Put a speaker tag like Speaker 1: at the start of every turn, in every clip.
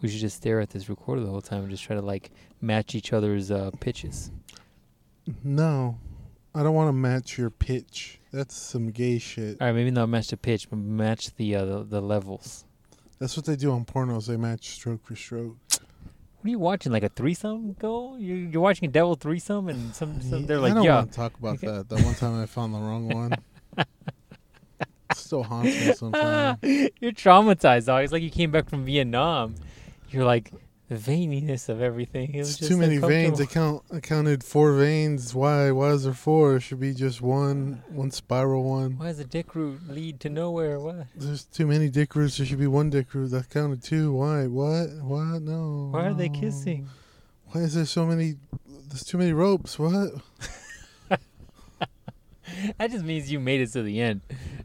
Speaker 1: We should just stare at this recorder the whole time and just try to like match each other's uh, pitches.
Speaker 2: No, I don't want to match your pitch. That's some gay shit.
Speaker 1: All right, maybe not match the pitch, but match the uh, the, the levels.
Speaker 2: That's what they do on pornos. They match stroke for stroke.
Speaker 1: What are you watching? Like a threesome? Go? You're, you're watching a devil threesome, and some, some they're
Speaker 2: I
Speaker 1: like,
Speaker 2: don't
Speaker 1: yeah,
Speaker 2: want to talk about that. That one time I found the wrong one. It still haunts me sometimes.
Speaker 1: you're traumatized, dog. It's like you came back from Vietnam. You're like the veininess of everything. It was
Speaker 2: It's
Speaker 1: just
Speaker 2: too many veins. I
Speaker 1: uncomfortable.
Speaker 2: count. I counted four veins. Why? Why is there four? It should be just one. One spiral one.
Speaker 1: Why does a dick root lead to nowhere? What?
Speaker 2: There's too many dick roots. There should be one dick root. I counted two. Why? What? What? No.
Speaker 1: Why are they
Speaker 2: no.
Speaker 1: kissing?
Speaker 2: Why is there so many? There's too many ropes. What?
Speaker 1: That just means you made it to the end.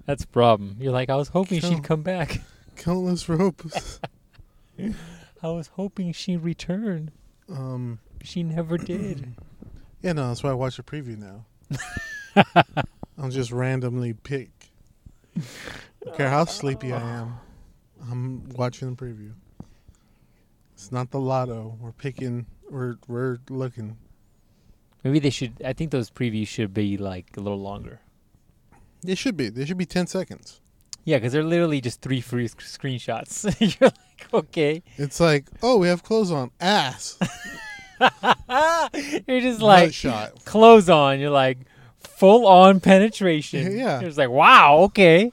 Speaker 1: That's a problem. You're like, I was hoping
Speaker 2: Sure.
Speaker 1: she'd come back.
Speaker 2: Countless ropes.
Speaker 1: I was hoping she'd return.
Speaker 2: um.
Speaker 1: She never did.
Speaker 2: Yeah, no, that's why I watch the preview now. I'll just randomly pick. I don't care how sleepy I am, I'm watching the preview. It's not the lotto. We're picking. We're we're looking.
Speaker 1: Maybe they should. I think those previews should be like a little longer.
Speaker 2: They should be. They should be ten seconds.
Speaker 1: Yeah, because they're literally just three free sc- screenshots. You're like, okay.
Speaker 2: It's like, oh, we have clothes on. Ass.
Speaker 1: You're just
Speaker 2: Like
Speaker 1: like,
Speaker 2: shot.
Speaker 1: clothes on. You're like, full on penetration.
Speaker 2: Yeah.
Speaker 1: It's like, wow, okay.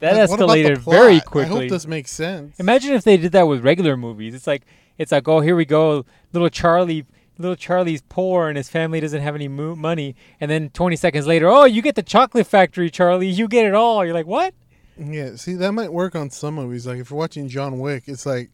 Speaker 1: That
Speaker 2: Like, what about the
Speaker 1: escalated very
Speaker 2: plot?
Speaker 1: quickly.
Speaker 2: I hope this makes sense.
Speaker 1: Imagine if they did that with regular movies. It's like it's like oh here we go, little Charlie, little Charlie's poor and his family doesn't have any mo- money, and then 20 seconds later, oh you get the chocolate factory, Charlie, you get it all. You're like what?
Speaker 2: Yeah, see, that might work on some movies. Like if you're watching John Wick, it's like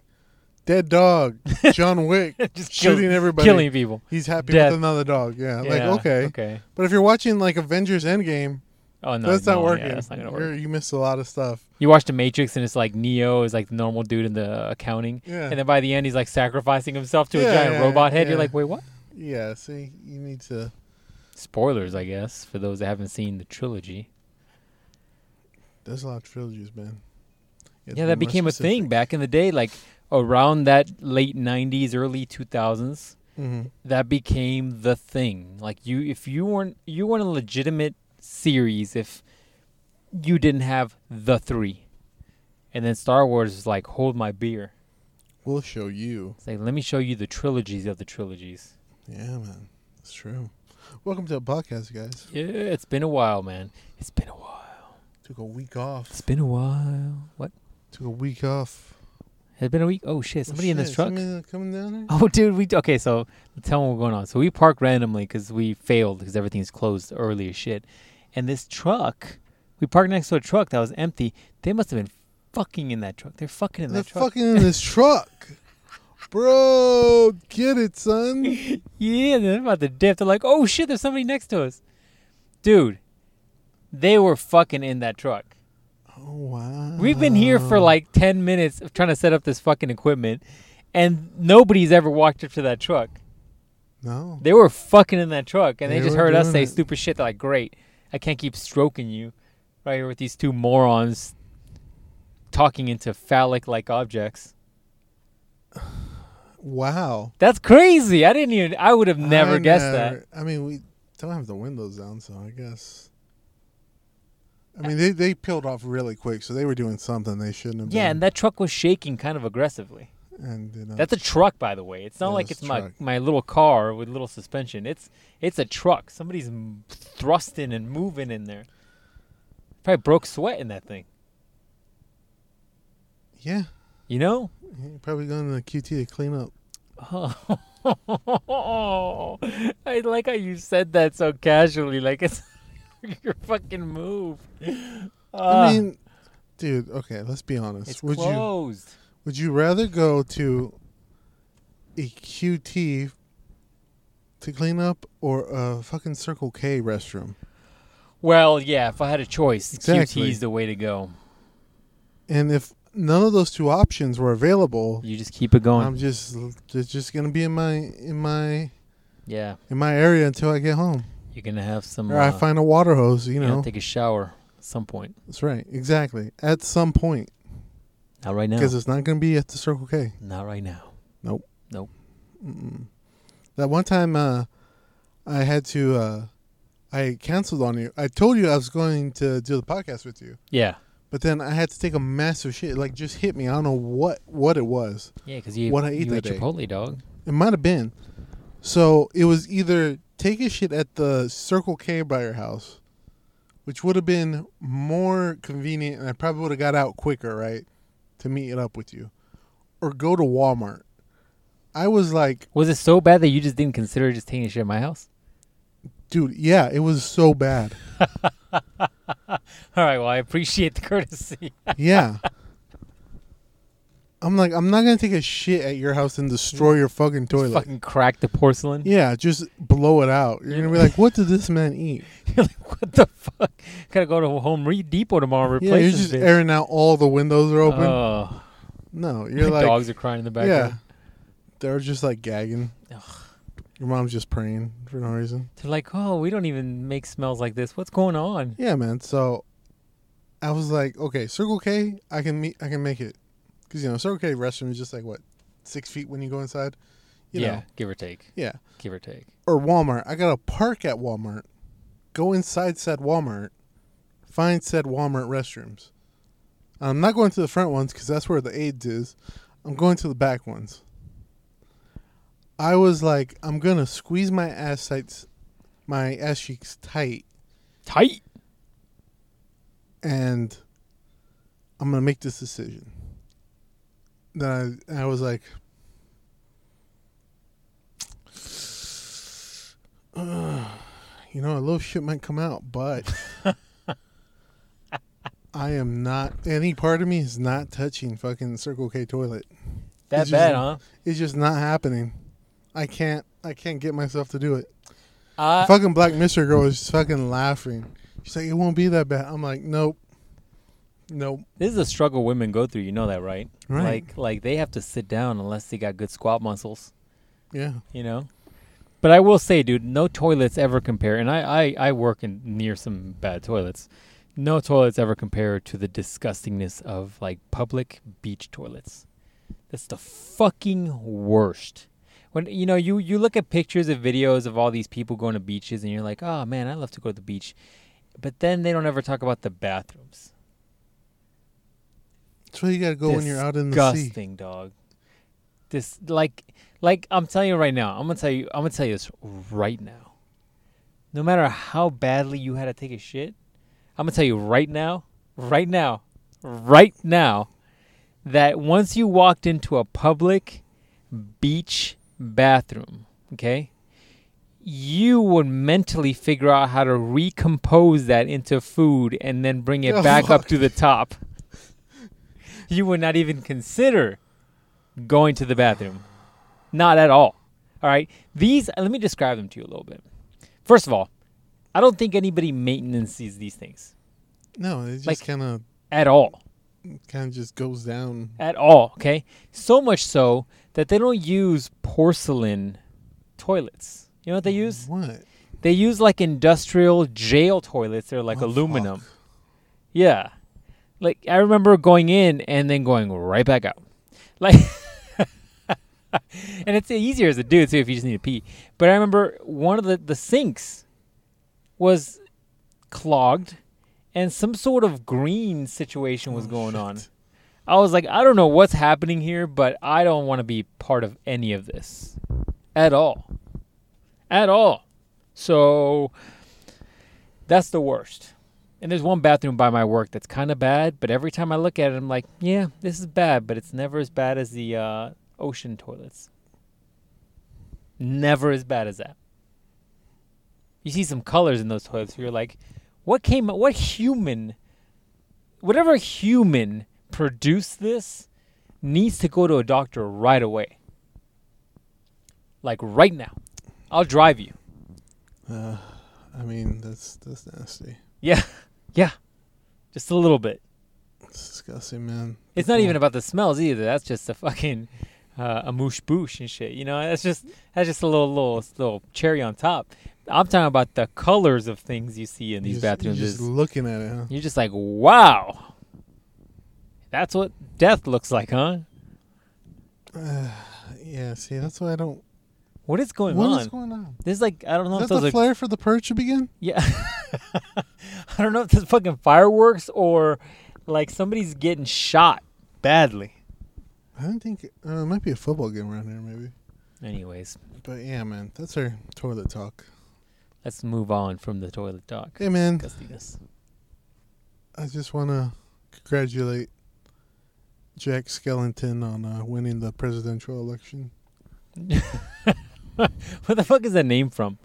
Speaker 2: dead dog, John Wick
Speaker 1: Just kill-
Speaker 2: shooting everybody,
Speaker 1: killing people.
Speaker 2: He's happy
Speaker 1: Death.
Speaker 2: with another dog. Yeah,
Speaker 1: Yeah,
Speaker 2: like okay.
Speaker 1: okay.
Speaker 2: But if you're watching like Avengers Endgame,
Speaker 1: Oh no,
Speaker 2: that's
Speaker 1: no,
Speaker 2: not
Speaker 1: yeah,
Speaker 2: working.
Speaker 1: that's not gonna
Speaker 2: You're-
Speaker 1: work.
Speaker 2: You missed a lot of stuff.
Speaker 1: You watch The Matrix and it's like Neo is like the normal dude in the accounting,
Speaker 2: Yeah.
Speaker 1: and then by the end he's like sacrificing himself to a
Speaker 2: Yeah,
Speaker 1: giant
Speaker 2: yeah,
Speaker 1: robot head. You're
Speaker 2: yeah.
Speaker 1: like wait what?
Speaker 2: Yeah. See, you need to.
Speaker 1: Spoilers, I guess, for those that haven't seen the trilogy.
Speaker 2: There's a lot of trilogies, man. You have
Speaker 1: Yeah,
Speaker 2: to
Speaker 1: that
Speaker 2: be more
Speaker 1: became a thing
Speaker 2: specific.
Speaker 1: back in the day, like around that late '90s, early 2000s.
Speaker 2: Mhm.
Speaker 1: That became the thing. Like you, if you weren't, you weren't a legitimate series if you didn't have the three. And then Star Wars is like, hold my beer.
Speaker 2: We'll show you.
Speaker 1: It's like, let me show you the trilogies of the trilogies.
Speaker 2: Yeah, man. It's true. Welcome to the podcast, guys.
Speaker 1: Yeah, it's been a while, man. It's been a while.
Speaker 2: Took a week off.
Speaker 1: It's been a while. What?
Speaker 2: Took a week off.
Speaker 1: Has it been a week? Oh shit! Somebody in this
Speaker 2: Shit,
Speaker 1: truck.
Speaker 2: somebody coming down here.
Speaker 1: Oh, dude, we okay. So tell them what's going on. So we parked randomly because we failed because everything's closed early as shit. And this truck, we parked next to a truck that was empty. They must have been fucking in that truck. They're fucking in
Speaker 2: They're
Speaker 1: that truck.
Speaker 2: fucking in this truck. Bro, get it, son.
Speaker 1: yeah, they're about to dip. They're like, oh shit, there's somebody next to us, dude. They were fucking in that truck.
Speaker 2: Oh, wow.
Speaker 1: We've been here
Speaker 2: Oh.
Speaker 1: for like ten minutes of trying to set up this fucking equipment, and nobody's ever walked up to that truck.
Speaker 2: No.
Speaker 1: They were fucking in that truck, and they,
Speaker 2: They
Speaker 1: just
Speaker 2: were
Speaker 1: heard us
Speaker 2: doing
Speaker 1: say
Speaker 2: it.
Speaker 1: stupid shit. They're like, "Great, I can't keep stroking you, right here with these two morons talking into phallic-like objects."
Speaker 2: Wow.
Speaker 1: That's crazy. I didn't even. I would have never
Speaker 2: I
Speaker 1: guessed that.
Speaker 2: never- I mean, we don't have the windows down, so I guess. I mean, they, they peeled off really quick, so they were doing something they shouldn't have
Speaker 1: Yeah, and
Speaker 2: been.
Speaker 1: that truck was shaking kind of aggressively.
Speaker 2: and you know,
Speaker 1: That's a truck, by the way. It's not
Speaker 2: Yeah,
Speaker 1: like
Speaker 2: that's
Speaker 1: it's
Speaker 2: a
Speaker 1: my
Speaker 2: truck.
Speaker 1: my little car with little suspension. It's it's a truck. Somebody's m- thrusting and moving in there. Probably broke sweat in that thing.
Speaker 2: yeah.
Speaker 1: You know.
Speaker 2: You're probably going to QT to clean up.
Speaker 1: Oh, I like how you said that so casually, like it's your fucking move. Ah,
Speaker 2: I mean, dude. Okay, let's be honest.
Speaker 1: it's
Speaker 2: would you
Speaker 1: closed.
Speaker 2: would you rather go to a QT to clean up or a fucking Circle K restroom?
Speaker 1: Well, yeah, if I had a choice,
Speaker 2: Exactly.
Speaker 1: QT is the way to go.
Speaker 2: And if none of those two options were available,
Speaker 1: You just keep it going.
Speaker 2: I'm just it's just gonna be in my in my
Speaker 1: yeah,
Speaker 2: in my area until I get home,
Speaker 1: you're gonna have some.
Speaker 2: or I
Speaker 1: uh,
Speaker 2: find a water hose. You
Speaker 1: you're gonna
Speaker 2: know,
Speaker 1: take a shower at some point.
Speaker 2: that's right, exactly. At some point,
Speaker 1: Not right now.
Speaker 2: because it's not going to be at the Circle K.
Speaker 1: Not right now.
Speaker 2: Nope.
Speaker 1: Nope.
Speaker 2: Mm-mm. That one time, uh, I had to. Uh, I canceled on you. I told you I was going to do the podcast with you,
Speaker 1: Yeah.
Speaker 2: but then I had to take a massive shit. It, Like just hit me. I don't know what what it was.
Speaker 1: Yeah, because you,
Speaker 2: What I eat
Speaker 1: you
Speaker 2: that
Speaker 1: ate
Speaker 2: day.
Speaker 1: Chipotle, dog.
Speaker 2: It might have been. So it was either take a shit at the Circle K by your house, which would have been more convenient, and I probably would have got out quicker, right, to meet it up with you, or go to Walmart. I was like,
Speaker 1: Was it so bad that you just didn't consider just taking a shit at my house?
Speaker 2: dude, yeah, it was so bad.
Speaker 1: All right. Well, I appreciate the courtesy.
Speaker 2: Yeah. I'm like, I'm not gonna take a shit at your house and destroy your fucking toilet.
Speaker 1: Fucking crack the porcelain.
Speaker 2: Yeah, just blow it out. You're gonna be like, what did this man eat?
Speaker 1: what the fuck? Gotta go to Home Re- Depot tomorrow. and
Speaker 2: Yeah,
Speaker 1: Replace
Speaker 2: you're
Speaker 1: this
Speaker 2: just
Speaker 1: bitch.
Speaker 2: airing out all the windows are open.
Speaker 1: Oh,
Speaker 2: No, you're
Speaker 1: my
Speaker 2: like
Speaker 1: dogs are crying in the
Speaker 2: yeah.
Speaker 1: background.
Speaker 2: They're just like gagging.
Speaker 1: Ugh.
Speaker 2: Your mom's just praying for no reason.
Speaker 1: They're like, oh, we don't even make smells like this. What's going on?
Speaker 2: Yeah, man. So I was like, okay, Circle K, I can meet, I can make it, because you know Circle K restroom is just like what six feet when you go inside. You
Speaker 1: yeah,
Speaker 2: know,
Speaker 1: give or take.
Speaker 2: yeah.
Speaker 1: Give or take.
Speaker 2: Or Walmart, I gotta park at Walmart, go inside said Walmart, find said Walmart restrooms. I'm not going to the front ones because that's where the AIDS is. I'm going to the back ones. I was like, I'm gonna squeeze my ass sites, my ass cheeks tight,
Speaker 1: Tight.
Speaker 2: and I'm gonna make this decision. Then I, I was like, "Ugh, you know, a little shit might come out, but I am not. Any part of me is not touching fucking Circle K toilet.
Speaker 1: That
Speaker 2: It's just-
Speaker 1: bad, huh?
Speaker 2: It's just not happening. I can't. I can't get myself to do it.
Speaker 1: Uh,
Speaker 2: fucking black mystery girl is fucking laughing. She's like, it won't be that bad. I'm like, nope, nope.
Speaker 1: this is a struggle women go through. You know that, right?
Speaker 2: Right.
Speaker 1: Like, like they have to sit down unless they got good squat muscles.
Speaker 2: Yeah.
Speaker 1: You know. But I will say, dude, no toilets ever compare. And I, I, I work in near some bad toilets. No toilets ever compare to the disgustingness of like public beach toilets. That's the fucking worst. When you know you you look at pictures of videos of all these people going to beaches and you're like, "Oh man, I love to go to the beach." But then they don't ever talk about the bathrooms.
Speaker 2: That's why you gotta go when you're out in the sea.
Speaker 1: Disgusting, dog. This like like I'm telling you right now. I'm gonna tell you. I'm gonna tell you this right now. No matter how badly you had to take a shit, I'm gonna tell you right now, right now, right now, that once you walked into a public beach bathroom, okay, you would mentally figure out how to recompose that into food and then bring it
Speaker 2: Oh,
Speaker 1: back up
Speaker 2: fuck.
Speaker 1: to the top. you would not even consider going to the bathroom. Not at all. All right. These, uh, let me describe them to you a little bit. First of all, I don't think anybody maintenances these things
Speaker 2: No, it just
Speaker 1: Like-
Speaker 2: kind of
Speaker 1: at all.
Speaker 2: kind of just goes down.
Speaker 1: At all. Okay. So much so that they don't use porcelain toilets. You know what they use?
Speaker 2: What?
Speaker 1: They use like industrial jail toilets. They're like
Speaker 2: Oh,
Speaker 1: aluminum. Yeah. Like I remember going in and then going right back out. Like and it's easier as a dude too if you just need to pee. But I remember one of the, the sinks was clogged and some sort of green situation was
Speaker 2: Oh,
Speaker 1: going on.
Speaker 2: shit.
Speaker 1: I was like, I don't know what's happening here, but I don't want to be part of any of this at all. At all. So that's the worst. And there's one bathroom by my work that's kind of bad, but every time I look at it, I'm like, yeah, this is bad, but it's never as bad as the uh, ocean toilets. Never as bad as that. You see some colors in those toilets. Where you're like, what came? What human? Whatever human produced this needs to go to a doctor right away. Like right now, I'll drive you.
Speaker 2: Uh, I mean, that's that's nasty.
Speaker 1: Yeah, yeah, just a little bit.
Speaker 2: It's disgusting, man.
Speaker 1: It's not even about the smells either. That's just a fucking uh, a moosh boosh and shit. You know, that's just that's just a little little little cherry on top. I'm talking about the colors of things you see in
Speaker 2: You
Speaker 1: these
Speaker 2: just-
Speaker 1: bathrooms.
Speaker 2: You're
Speaker 1: is-
Speaker 2: just looking at it, huh?
Speaker 1: You're just like, wow. That's what death looks like, huh?
Speaker 2: Yeah, see, that's why I don't.
Speaker 1: What is going
Speaker 2: What
Speaker 1: on?
Speaker 2: is going on?
Speaker 1: this is like I don't know
Speaker 2: Is
Speaker 1: if
Speaker 2: that
Speaker 1: those
Speaker 2: the
Speaker 1: are
Speaker 2: flare for the purge again?
Speaker 1: yeah. I don't know if this is fucking fireworks or like somebody's getting shot badly.
Speaker 2: I don't think uh, it might be a football game around here, maybe.
Speaker 1: Anyways,
Speaker 2: But yeah, man, that's our toilet talk.
Speaker 1: let's move on from the toilet talk.
Speaker 2: Hey, man,
Speaker 1: Disgustingness.
Speaker 2: I just want to congratulate Jack Skellington on uh, winning the presidential election
Speaker 1: Where the fuck is that name from?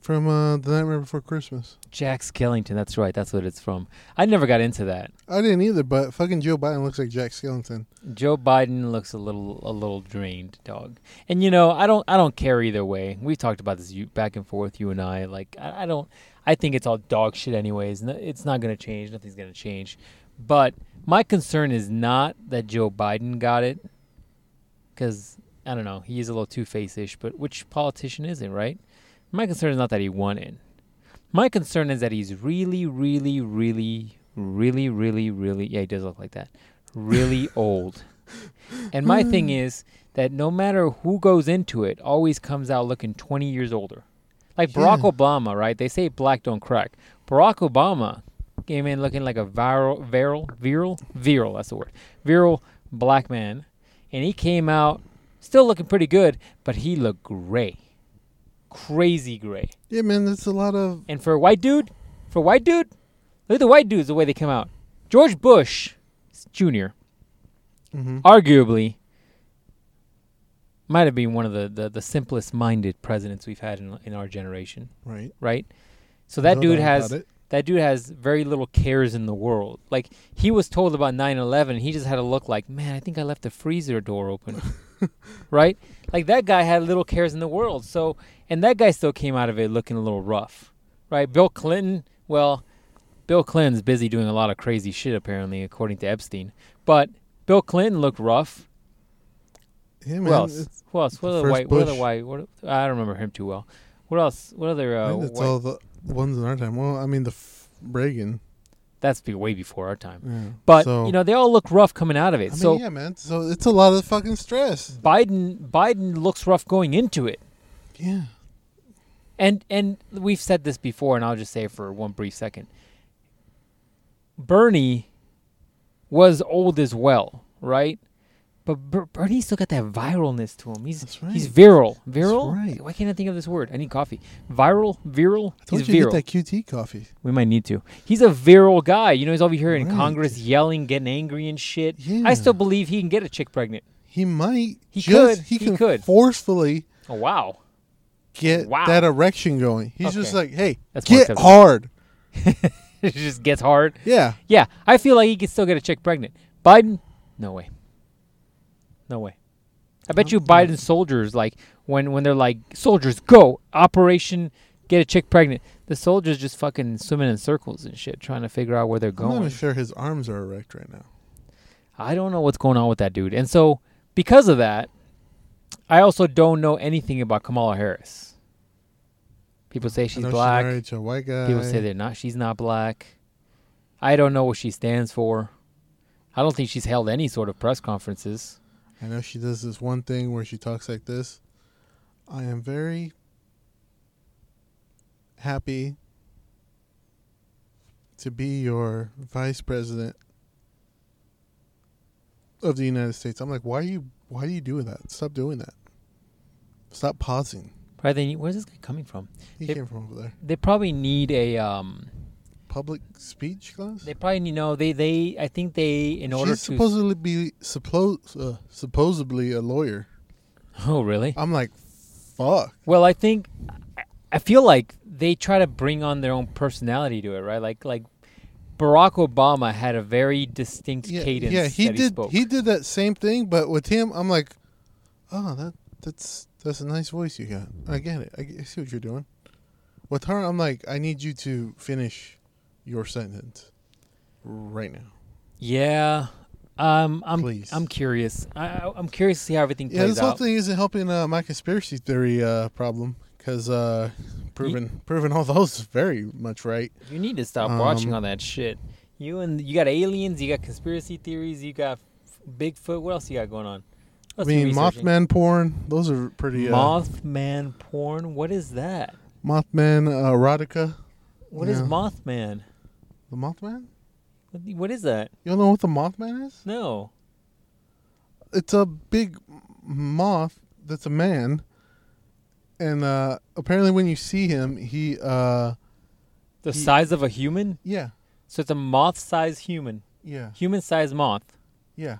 Speaker 2: from uh, the Nightmare Before Christmas.
Speaker 1: Jack Skellington. That's right. That's what it's from. I never got into that.
Speaker 2: I didn't either, but fucking Joe Biden looks like Jack Skellington.
Speaker 1: Joe Biden looks a little a little drained, dog. And you know, I don't I don't care either way. We talked about this you, back and forth, you and I. Like I, I don't I think it's all dog shit anyways. No, it's not gonna change. Nothing's gonna change. But my concern is not that Joe Biden got it, because I don't know he is a little two faced But which politician isn't right? My concern is not that he won it. My concern is that he's really, really, really, really, really, really. Yeah, he does look like that. Really old. And my thing is that no matter who goes into it, always comes out looking 20 years older. Like Barack
Speaker 2: Yeah.
Speaker 1: Obama, right? They say black don't crack. Barack Obama came in looking like a viral, viral, viral, viral. That's the word. Viral black man, and he came out still looking pretty good, but he looked gray, crazy gray.
Speaker 2: Yeah, man, that's a lot of.
Speaker 1: And for a white dude, for a white dude, look at the white dudes the way they come out. George Bush Jr.
Speaker 2: Mhm.
Speaker 1: arguably might have been one of the, the, the simplest minded presidents we've had in, in our generation,
Speaker 2: Right.
Speaker 1: right? So that
Speaker 2: No
Speaker 1: dude
Speaker 2: doubt
Speaker 1: has
Speaker 2: about it.
Speaker 1: that dude has very little cares in the world. Like he was told about 9/11, and he just had to look like, man, I think I left the freezer door open, right? Like that guy had little cares in the world. So, and that guy still came out of it looking a little rough, right? Bill Clinton, well, Bill Clinton's busy doing a lot of crazy shit apparently, according to Epstein. But Bill Clinton looked rough.
Speaker 2: Yeah, man.
Speaker 1: Who else?
Speaker 2: it's-
Speaker 1: Who else? What
Speaker 2: the
Speaker 1: other
Speaker 2: first
Speaker 1: white? What other
Speaker 2: Bush.
Speaker 1: white? What? I don't remember him too well. What else? What other?
Speaker 2: I
Speaker 1: Uh,
Speaker 2: think that's
Speaker 1: white-
Speaker 2: all the ones in our time. Well, I mean, the f- Reagan.
Speaker 1: That's be way before our time.
Speaker 2: Yeah.
Speaker 1: But
Speaker 2: so,
Speaker 1: you know, they all look rough coming out of
Speaker 2: I
Speaker 1: it.
Speaker 2: mean,
Speaker 1: so
Speaker 2: yeah, man. So it's a lot of fucking stress.
Speaker 1: Biden Biden looks rough going into it.
Speaker 2: Yeah.
Speaker 1: And and we've said this before and I'll just say it for one brief second. Bernie was old as well, right? But Ber- Bernie's still got that viralness to him. He's
Speaker 2: That's right.
Speaker 1: he's viral. Viral?
Speaker 2: right.
Speaker 1: Why can't I think of this word? I need coffee. Viral, viral.
Speaker 2: I told
Speaker 1: he's
Speaker 2: you
Speaker 1: viral.
Speaker 2: to get that QT coffee.
Speaker 1: We might need to. He's a virile guy. You know, he's over here in
Speaker 2: Right.
Speaker 1: Congress yelling, getting angry and shit.
Speaker 2: Yeah.
Speaker 1: I still believe he can get a chick pregnant.
Speaker 2: He might.
Speaker 1: He
Speaker 2: just-
Speaker 1: could.
Speaker 2: He,
Speaker 1: He
Speaker 2: can
Speaker 1: could.
Speaker 2: forcefully
Speaker 1: Oh wow.
Speaker 2: get
Speaker 1: Wow.
Speaker 2: that erection going. He's just
Speaker 1: Okay.
Speaker 2: like, hey,
Speaker 1: That's
Speaker 2: get
Speaker 1: more acceptable.
Speaker 2: hard.
Speaker 1: it just gets hard.
Speaker 2: Yeah.
Speaker 1: Yeah, I feel like he could still get a chick pregnant. Biden, no way. No way. I bet you Biden soldiers like when when they're like soldiers go operation get a chick pregnant. The soldiers just fucking swimming in circles and shit trying to figure out where they're
Speaker 2: I'm not even
Speaker 1: going.
Speaker 2: sure his arms are erect right now.
Speaker 1: I don't know what's going on with that dude. And so because of that, I also don't know anything about Kamala Harris. People say
Speaker 2: I
Speaker 1: she's
Speaker 2: know
Speaker 1: black.
Speaker 2: married to a white guy.
Speaker 1: People say they're not. She's not black. I don't know what she stands for. I don't think she's held any sort of press conferences.
Speaker 2: I know she does this one thing where she talks like this. I am very happy to be your vice president of the United States. I'm like, why are you why do you doing that? Stop doing that. Stop pausing.
Speaker 1: Probably, they need- where's this guy coming from?
Speaker 2: He
Speaker 1: It-
Speaker 2: came from over there.
Speaker 1: They probably need a. Um,
Speaker 2: Public speech class?
Speaker 1: they probably need no. They they. I think they in order
Speaker 2: She's
Speaker 1: to.
Speaker 2: supposedly be supposed uh, supposedly a lawyer.
Speaker 1: oh really?
Speaker 2: I'm like, fuck.
Speaker 1: Well, I think I- I feel like they try to bring on their own personality to it, right? Like like Barack Obama had a very distinct cadence.
Speaker 2: Yeah, he
Speaker 1: that
Speaker 2: did.
Speaker 1: spoke.
Speaker 2: He did that same thing, but with him, I'm like, oh, that that's that's a nice voice you got. I get it. I, get- I see what you're doing. With her, I'm like, I need you to finish your sentence right now.
Speaker 1: Yeah. Um, I'm
Speaker 2: Please.
Speaker 1: I'm curious. I, I- I'm curious to see how everything
Speaker 2: Yeah,
Speaker 1: plays
Speaker 2: this whole
Speaker 1: out.
Speaker 2: thing isn't helping uh, my conspiracy theory uh, problem because uh, proving proving all those is very much right.
Speaker 1: You need to stop watching
Speaker 2: Um,
Speaker 1: all that shit. You and you got aliens. You got conspiracy theories. You got Bigfoot. What else you got going on?
Speaker 2: I
Speaker 1: What else you
Speaker 2: mean,
Speaker 1: researching?
Speaker 2: Mothman porn. Those are pretty. Uh,
Speaker 1: Mothman porn. What is that?
Speaker 2: Mothman uh, erotica.
Speaker 1: What is
Speaker 2: Yeah.
Speaker 1: Mothman?
Speaker 2: The Mothman.
Speaker 1: What- What is that?
Speaker 2: You don't know what the Mothman is?
Speaker 1: No.
Speaker 2: It's a big moth that's a man, and uh, apparently when you see him, he uh,
Speaker 1: The
Speaker 2: Ye-
Speaker 1: size of a human?
Speaker 2: yeah,
Speaker 1: So it's a moth-sized human.
Speaker 2: yeah,
Speaker 1: Human-sized moth.
Speaker 2: yeah.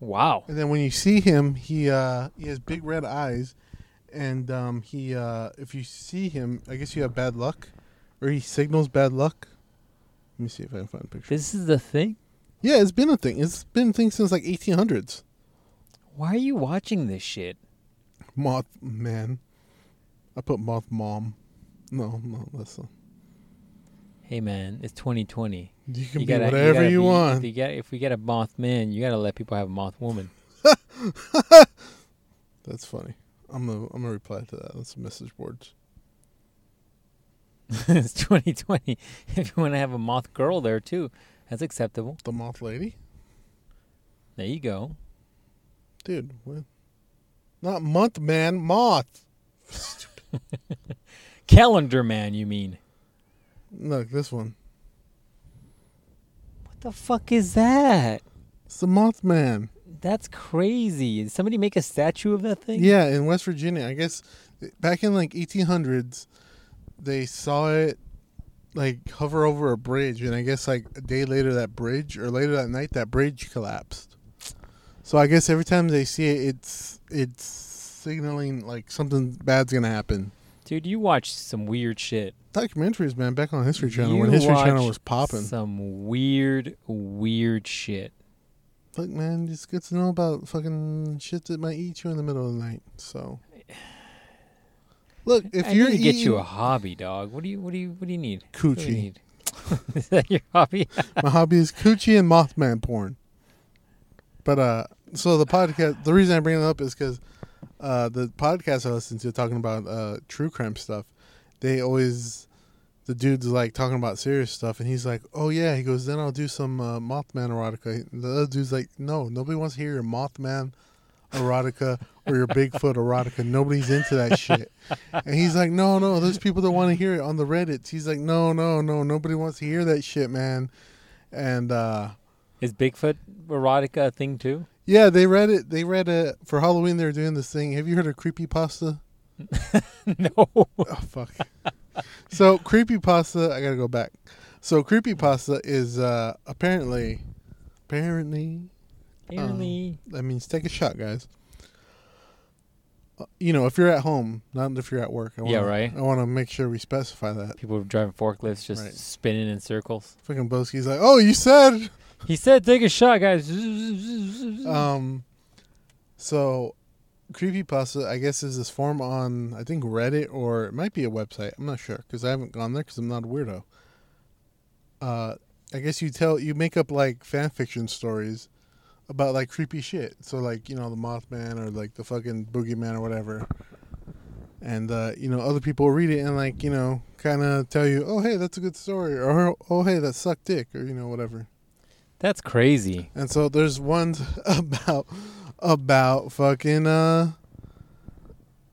Speaker 1: Wow.
Speaker 2: And then when you see him, he uh, he has big red eyes, and um, he uh, if you see him, I guess you have bad luck, or he signals bad luck. Let me see if I can find a picture.
Speaker 1: This is the thing?
Speaker 2: Yeah, it's been a thing. It's been a thing since like 1800s.
Speaker 1: Why are you watching this shit?
Speaker 2: Moth man. I put moth mom. No, no, listen.
Speaker 1: Hey man, it's 2020.
Speaker 2: You can be
Speaker 1: gotta-
Speaker 2: whatever
Speaker 1: gotta
Speaker 2: you,
Speaker 1: be-
Speaker 2: want.
Speaker 1: If, you get, if we get a moth man, you gotta let people have a moth woman.
Speaker 2: That's funny. I'm gonna I'm gonna reply to that. That's message boards.
Speaker 1: it's 2020. If you want to have a moth girl there too, that's acceptable.
Speaker 2: The moth lady,
Speaker 1: There you go.
Speaker 2: dude. What? Not month man, moth.
Speaker 1: Calendar man, you mean?
Speaker 2: Look, this one.
Speaker 1: What the fuck is that?
Speaker 2: It's the moth man.
Speaker 1: That's crazy. Did somebody make a statue of that thing?
Speaker 2: Yeah, in West Virginia, I guess back in like 1800s, they saw it like hover over a bridge, and I guess like a day later that bridge or later that night that bridge collapsed. So I guess every time they see it, it's it's signaling like something bad's gonna happen.
Speaker 1: Dude, you watch some weird shit.
Speaker 2: Documentaries, man, back on History Channel
Speaker 1: You
Speaker 2: when History Channel
Speaker 1: watch
Speaker 2: was popping.
Speaker 1: Some weird, weird shit.
Speaker 2: Look, man, it's good to know about fucking shit that might eat you in the middle of the night. So. Look, if
Speaker 1: I
Speaker 2: you're
Speaker 1: need to get you a
Speaker 2: eating
Speaker 1: hobby, dog. What do you? What do you? What do you need? What do you
Speaker 2: coochie,
Speaker 1: need? Is that your hobby?
Speaker 2: my hobby is coochie and Mothman porn. But uh, so the podcast, the reason I bring it up is because uh, the podcast I listen to talking about uh true crime stuff, they always the dude's like talking about serious stuff, and he's like, "Oh yeah," he goes, "Then I'll do some uh, Mothman erotica." The other dude's like, "No, nobody wants to hear your Mothman." Erotica or your Bigfoot erotica. Nobody's into that shit. And he's like, no, no, there's people that want to hear it on the Reddits. He's like, no, no, no, nobody wants to hear that shit, man and uh
Speaker 1: Is Bigfoot erotica a thing too?
Speaker 2: yeah they read it they read it for halloween they were doing this thing have you heard of creepy pasta
Speaker 1: no.
Speaker 2: oh fuck so creepy pasta i gotta go back so creepy pasta is uh apparently apparently
Speaker 1: Apparently,
Speaker 2: that means take a shot guys Uh, you know if you're at home not if you're at work I
Speaker 1: Yeah,
Speaker 2: wanna-
Speaker 1: right.
Speaker 2: i want to make sure we specify that
Speaker 1: people were driving forklifts, just
Speaker 2: Right.
Speaker 1: spinning in circles.
Speaker 2: fucking boski's like oh you said
Speaker 1: He said, "Take a shot, guys."
Speaker 2: Um, so creepypasta, I guess, is this form on I think Reddit or it might be a website. I'm not sure because I haven't gone there because I'm not a weirdo. Uh, I guess you tell you make up like fan fiction stories about like creepy shit. So like you know the Mothman or like the fucking boogeyman or whatever. And uh, you know other people read it and like you know kind of tell you, oh hey, that's a good story, or oh hey, that sucked dick, or you know whatever.
Speaker 1: That's crazy.
Speaker 2: And so there's ones about about fucking uh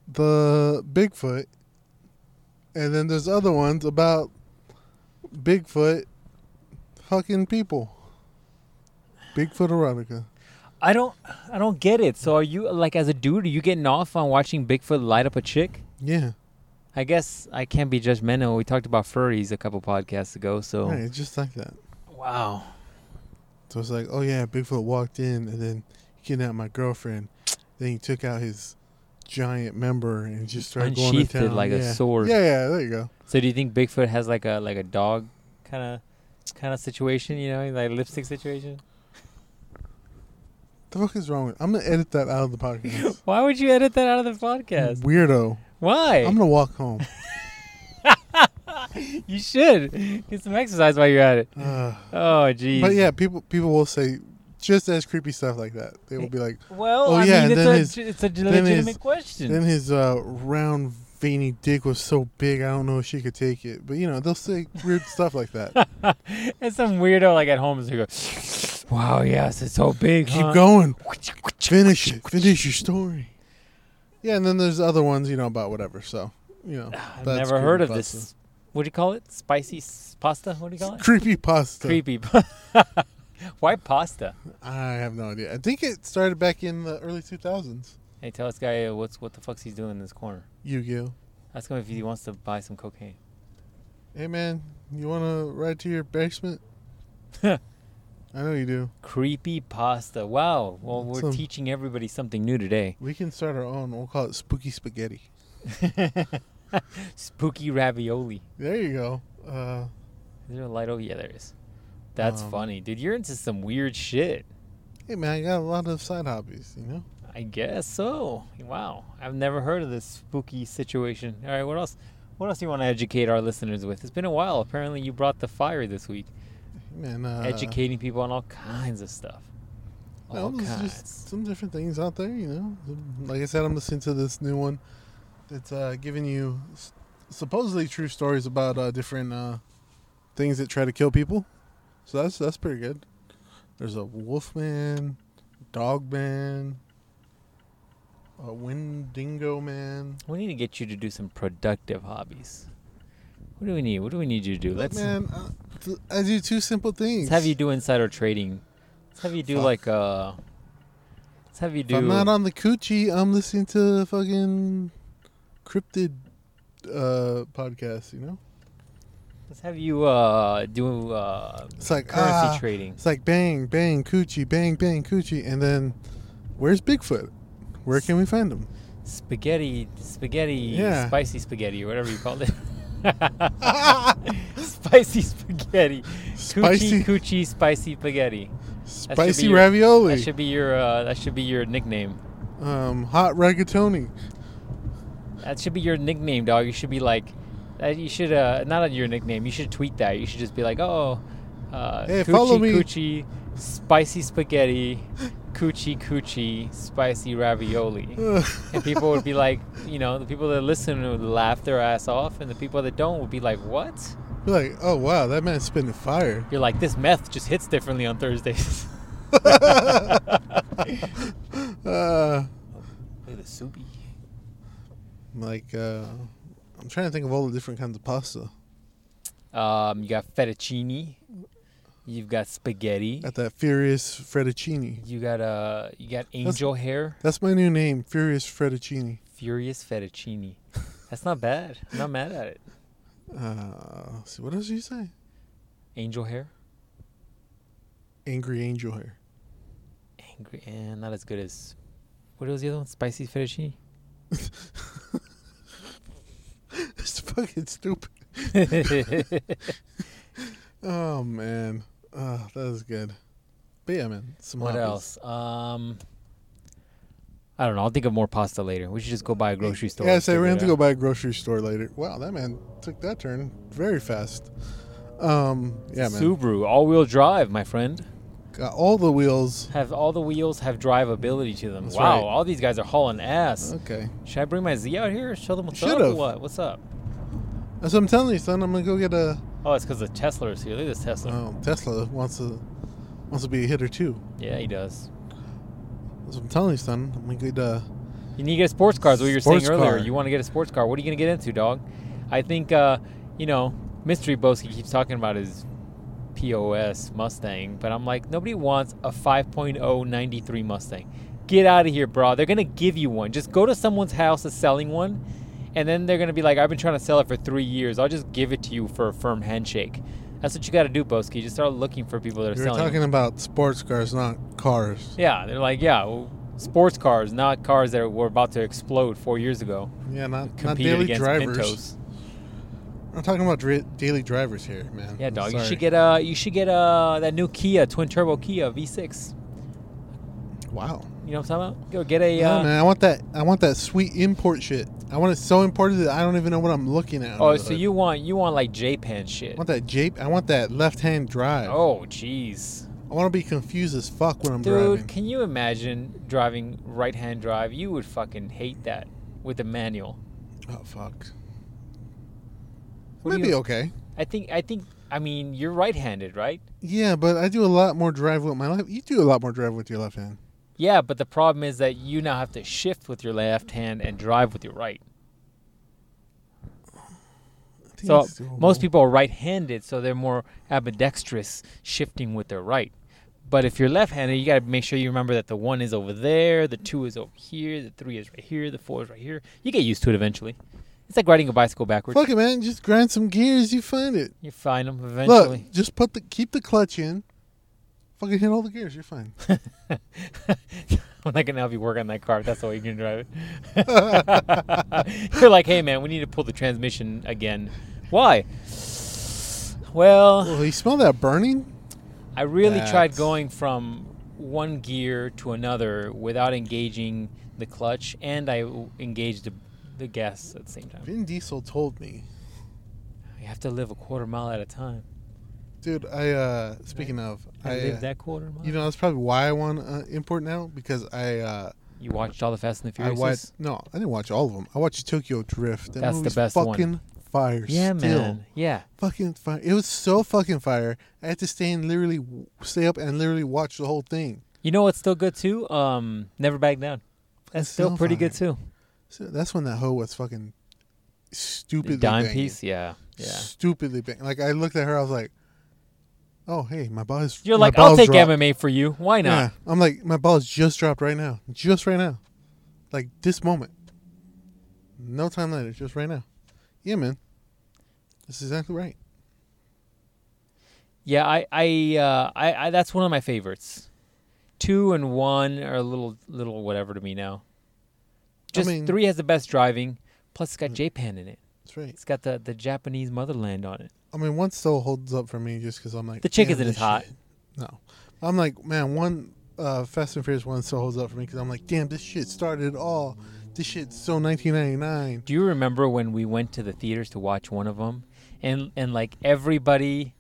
Speaker 2: the Bigfoot. And then there's other ones about Bigfoot fucking people. Bigfoot erotica.
Speaker 1: I don't, I don't get it. So, are you like, as a dude, are you getting off on watching Bigfoot light up a chick?
Speaker 2: Yeah.
Speaker 1: I guess I can't be judgmental. We talked about furries a couple podcasts ago, so
Speaker 2: Right, it's just like that.
Speaker 1: wow.
Speaker 2: So it's like, oh yeah, Bigfoot walked in and then he kidnapped my girlfriend. Then he took out his giant member and just started going to
Speaker 1: Unsheathed it
Speaker 2: town.
Speaker 1: like a
Speaker 2: Yeah.
Speaker 1: sword.
Speaker 2: Yeah, yeah, there you go.
Speaker 1: So, do you think Bigfoot has like a like a dog kind of kind of situation? You know, like lipstick situation.
Speaker 2: The fuck is wrong with I'm gonna edit that out of the podcast.
Speaker 1: Why would you edit that out of the podcast?
Speaker 2: Weirdo.
Speaker 1: Why?
Speaker 2: I'm gonna walk home.
Speaker 1: you should get some exercise while you're at it.
Speaker 2: Uh,
Speaker 1: Oh, geez.
Speaker 2: but yeah, people people will say just as creepy stuff like that. They will be like,
Speaker 1: Well,
Speaker 2: Oh,
Speaker 1: I
Speaker 2: yeah,
Speaker 1: mean,
Speaker 2: and
Speaker 1: it's
Speaker 2: then
Speaker 1: a,
Speaker 2: his-
Speaker 1: it's a
Speaker 2: his-
Speaker 1: legitimate question.
Speaker 2: then his uh, round veiny dick was so big, I don't know if she could take it. But you know, they'll say weird stuff like that.
Speaker 1: and some weirdo like at home is like, "Wow, yes, it's so big."
Speaker 2: Keep going, finish it, finish your story. Yeah, and then there's other ones, you know, about whatever. So, you know,
Speaker 1: I've
Speaker 2: that's
Speaker 1: never heard of
Speaker 2: creepypasta.
Speaker 1: this. What do you call it? Spicy s- pasta? What do you call it?
Speaker 2: Creepy pasta.
Speaker 1: Creepy. Why pasta?
Speaker 2: I have no idea. I think it started back in the early 2000s.
Speaker 1: Hey, tell this guy uh, what's what the fuck's he's doing in this corner.
Speaker 2: Yu-Gi-Oh.
Speaker 1: Ask him if he wants to buy some cocaine.
Speaker 2: Hey man, you want to ride to your basement? I
Speaker 1: Huh.
Speaker 2: know you do.
Speaker 1: Creepy pasta. Wow. Well, we're
Speaker 2: Some-
Speaker 1: teaching everybody something new today.
Speaker 2: We can start our own. We'll call it Spooky Spaghetti.
Speaker 1: Spooky ravioli.
Speaker 2: There you go. Uh,
Speaker 1: Is there a light over? Yeah, there is. That's
Speaker 2: Um,
Speaker 1: funny, dude. You're into some weird shit.
Speaker 2: hey man, I got a lot of side hobbies. You know.
Speaker 1: I guess so. Wow, I've never heard of this spooky situation. All right, what else? What else do you want to educate our listeners with? It's been a while. Apparently, you brought the fire this week,
Speaker 2: Hey, man, uh,
Speaker 1: educating people on all kinds of stuff.
Speaker 2: No,
Speaker 1: All
Speaker 2: there's just
Speaker 1: kinds.
Speaker 2: some different things out there. You know. Like I said, I'm listening to this new one that's uh, giving you s- supposedly true stories about uh, different uh, things that try to kill people. So that's that's pretty good. There's a wolf man, dog man, a windingo man.
Speaker 1: We need to get you to do some productive hobbies. What do we need? What do we need you to do? Let's,
Speaker 2: man, uh, th- I do two simple things.
Speaker 1: let's have you do insider trading. Let's have you do
Speaker 2: Fuck.
Speaker 1: like uh. Let's have you
Speaker 2: If I'm
Speaker 1: do.
Speaker 2: not on the coochie, I'm listening to fucking cryptid uh, podcast. You know,
Speaker 1: Let's have you uh do uh
Speaker 2: it's like
Speaker 1: currency
Speaker 2: ah,
Speaker 1: trading.
Speaker 2: It's like bang, bang, coochie, bang, bang, coochie, and then where's Bigfoot? Where can we find him?
Speaker 1: spaghetti, spaghetti,
Speaker 2: Yeah.
Speaker 1: spicy spaghetti, or whatever you call it. spicy spaghetti, coochie
Speaker 2: Spicy-
Speaker 1: coochie spicy spaghetti. be
Speaker 2: Spicy
Speaker 1: your-
Speaker 2: ravioli,
Speaker 1: That should be your uh, that should be your nickname.
Speaker 2: um, hot rigatoni.
Speaker 1: That should be your nickname, dog. You should be like, that you should uh, not your nickname. You should tweet that. You should just be like, oh, uh,
Speaker 2: Hey,
Speaker 1: coochie
Speaker 2: follow me.
Speaker 1: coochie spicy spaghetti, coochie coochie spicy ravioli. and people would be like, you know, the people that listen would laugh their ass off, and the people that don't would be like, what?
Speaker 2: Be like, oh wow, that man's spitting fire.
Speaker 1: You're like, this meth just hits differently on Thursdays.
Speaker 2: Uh,
Speaker 1: Look at the soupy.
Speaker 2: like, uh, I'm trying to think of all the different kinds of pasta.
Speaker 1: Um, you got fettuccine. You've got spaghetti.
Speaker 2: At that Furious Fettuccine.
Speaker 1: You got uh, you got angel hair.
Speaker 2: That's my new name, Furious Fettuccine.
Speaker 1: Furious fettuccine. That's not bad. I'm not mad at it.
Speaker 2: Uh, let's see, what else did you say?
Speaker 1: Angel hair.
Speaker 2: Angry Angel Hair.
Speaker 1: Angry and not as good as. What was the other one? Spicy fettuccine.
Speaker 2: It's fucking stupid. Oh man, uh, that is good. But yeah, man. Some
Speaker 1: what
Speaker 2: hobbies.
Speaker 1: else? Um, I don't know. I'll think of more pasta later. We should just go buy a grocery store.
Speaker 2: Yeah, I
Speaker 1: and
Speaker 2: say we're gonna have to
Speaker 1: figure
Speaker 2: go
Speaker 1: it
Speaker 2: by a grocery store later. Wow, that man took that turn very fast. Um, yeah,
Speaker 1: out.
Speaker 2: man.
Speaker 1: Subaru all-wheel drive, my friend.
Speaker 2: Got all the wheels.
Speaker 1: Have all the wheels have drivability to them.
Speaker 2: That's
Speaker 1: wow,
Speaker 2: right.
Speaker 1: all these guys are hauling ass.
Speaker 2: Okay,
Speaker 1: Should I bring my Z out here? Show them what's up.
Speaker 2: Should've.
Speaker 1: Or what? What's up?
Speaker 2: that's what I'm telling you, son. I'm gonna go get a
Speaker 1: Oh, it's because the Tesla is here. Look at this Tesla.
Speaker 2: um, Tesla. Wants to wants to be a hitter too.
Speaker 1: Yeah, he does.
Speaker 2: That's what I'm telling you, son. I'm gonna get uh, a
Speaker 1: You need to get a sports car. Is what you were saying
Speaker 2: Sports
Speaker 1: earlier.
Speaker 2: car.
Speaker 1: You want to get a sports car. What are you going to get into, dog? I think, uh, you know, Mystery Boski keeps talking about his POS Mustang, but I'm like, nobody wants a 5.0 93 Mustang. Get out of here, bro. They're going to give you one. Just go to someone's house that's selling one, and then they're going to be like, I've been trying to sell it for three years. I'll just give it to you for a firm handshake. That's what you got to do, Boski. Just start looking for people that are
Speaker 2: You're
Speaker 1: selling.
Speaker 2: talking about sports cars, not cars.
Speaker 1: Yeah, they're like, yeah, well, sports cars, not cars that were about to explode four years ago.
Speaker 2: Yeah, not not
Speaker 1: Competed
Speaker 2: daily
Speaker 1: against
Speaker 2: drivers.
Speaker 1: Pintos.
Speaker 2: I'm talking about dri- daily drivers here, man.
Speaker 1: Yeah,
Speaker 2: I'm
Speaker 1: dog. You
Speaker 2: sorry.
Speaker 1: should get uh, you should get uh, that new Kia twin turbo Kia V6.
Speaker 2: Wow.
Speaker 1: You know what I'm talking about? Go get a.
Speaker 2: Yeah,
Speaker 1: Uh,
Speaker 2: man. I want that. I want that sweet import shit. I want it so imported that I don't even know what I'm looking at.
Speaker 1: oh,
Speaker 2: under
Speaker 1: so
Speaker 2: the hood.
Speaker 1: you want you want like J-Pan
Speaker 2: I
Speaker 1: shit?
Speaker 2: want that jape? I want that left-hand drive.
Speaker 1: Oh, jeez,
Speaker 2: I want to be confused as fuck when I'm
Speaker 1: dude.
Speaker 2: driving.
Speaker 1: Can you imagine driving right-hand drive? You would fucking hate that with a manual.
Speaker 2: Oh fuck.
Speaker 1: What do
Speaker 2: Might be
Speaker 1: you-
Speaker 2: okay.
Speaker 1: I think I think I mean you're right-handed, right?
Speaker 2: Yeah, but I do a lot more drive with my left. You do a lot more drive with your left hand.
Speaker 1: Yeah, but the problem is that you now have to shift with your left hand and drive with your right.
Speaker 2: I think
Speaker 1: So
Speaker 2: it's doable.
Speaker 1: most people are right-handed, so they're more ambidextrous shifting with their right. But if you're left-handed, you got to make sure you remember that the one is over there, the two is over here, the three is right here, the four is right here. You get used to it eventually. It's like riding a bicycle backwards.
Speaker 2: Fuck it, man. Just grind some gears. You find it.
Speaker 1: You find them eventually.
Speaker 2: Look, just put the keep the clutch in. Fucking hit all the gears. You're fine.
Speaker 1: I'm not gonna help you work on that car if that's the way you're gonna drive it. you're like, hey man, we need to pull the transmission again. Why? Well,
Speaker 2: well, Oh, you smell that burning?
Speaker 1: I really tried
Speaker 2: That's-
Speaker 1: going from one gear to another without engaging the clutch, and I w- engaged the, the gas at the same time.
Speaker 2: Vin Diesel told me,
Speaker 1: You have to live a quarter mile at a time.
Speaker 2: dude. I uh speaking of,
Speaker 1: I,
Speaker 2: I, uh,
Speaker 1: lived that quarter mile.
Speaker 2: you know that's probably why I want uh, import now because I uh
Speaker 1: You watched all the Fast and the
Speaker 2: I
Speaker 1: Furious.
Speaker 2: watched no I didn't watch all of them. I watched Tokyo Drift. That
Speaker 1: That's the
Speaker 2: movie's
Speaker 1: best one.
Speaker 2: fucking fire.
Speaker 1: yeah,
Speaker 2: still.
Speaker 1: man. Yeah.
Speaker 2: Fucking fire. It was so fucking fire. I had to stay and literally w- stay up and literally watch the whole thing.
Speaker 1: You know what's still good too? Um, Never Back Down. That's
Speaker 2: It's
Speaker 1: still
Speaker 2: so
Speaker 1: pretty
Speaker 2: fire.
Speaker 1: good too.
Speaker 2: So that's when that hoe was fucking stupidly
Speaker 1: dime
Speaker 2: banging.
Speaker 1: piece. Yeah, yeah.
Speaker 2: Stupidly bang. Like I looked at her, I was like, "Oh, hey, my balls."
Speaker 1: You're
Speaker 2: my
Speaker 1: like, I'll
Speaker 2: balls
Speaker 1: take
Speaker 2: dropped.
Speaker 1: MMA for you. Why
Speaker 2: Yeah,
Speaker 1: not?
Speaker 2: I'm like, my balls just dropped right now, just right now, like this moment. No time later, just right now. Yeah, man. That's exactly right.
Speaker 1: Yeah, I, I, uh, I, I, that's one of my favorites. Two and one are a little, little whatever to me now. Just
Speaker 2: mean- Mm.
Speaker 1: three has the best driving. Plus, it's got Japan in it.
Speaker 2: That's right.
Speaker 1: It's got the, the Japanese motherland on it.
Speaker 2: I mean, one still holds up for me just because I'm like
Speaker 1: The chick
Speaker 2: "Damn,
Speaker 1: isn't
Speaker 2: this
Speaker 1: as hot."
Speaker 2: shit- No, I'm like, man, one uh, Fast and Furious one still holds up for me because I'm like, damn, this shit started it all. This shit's so 1999.
Speaker 1: Do you remember when we went to the theaters to watch one of them, and and like everybody,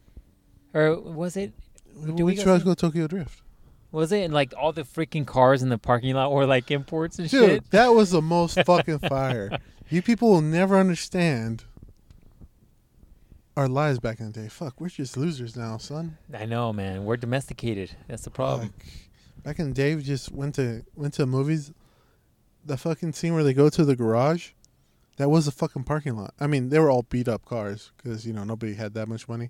Speaker 1: or was it
Speaker 2: We,
Speaker 1: Do we
Speaker 2: we
Speaker 1: go
Speaker 2: tried to
Speaker 1: see-
Speaker 2: go Tokyo Drift,
Speaker 1: was it and like all the freaking cars in the parking lot were like imports and
Speaker 2: dude.
Speaker 1: shit?
Speaker 2: That was the most fucking fire. You people will never understand our lives back in the day. Fuck, we're just losers now, son.
Speaker 1: I know, man. We're domesticated. That's the problem.
Speaker 2: Fuck. Back in the day, we just went to went to movies. The fucking scene where they go to the garage, that was a fucking parking lot. I mean, they were all beat up cars because you know nobody had that much money,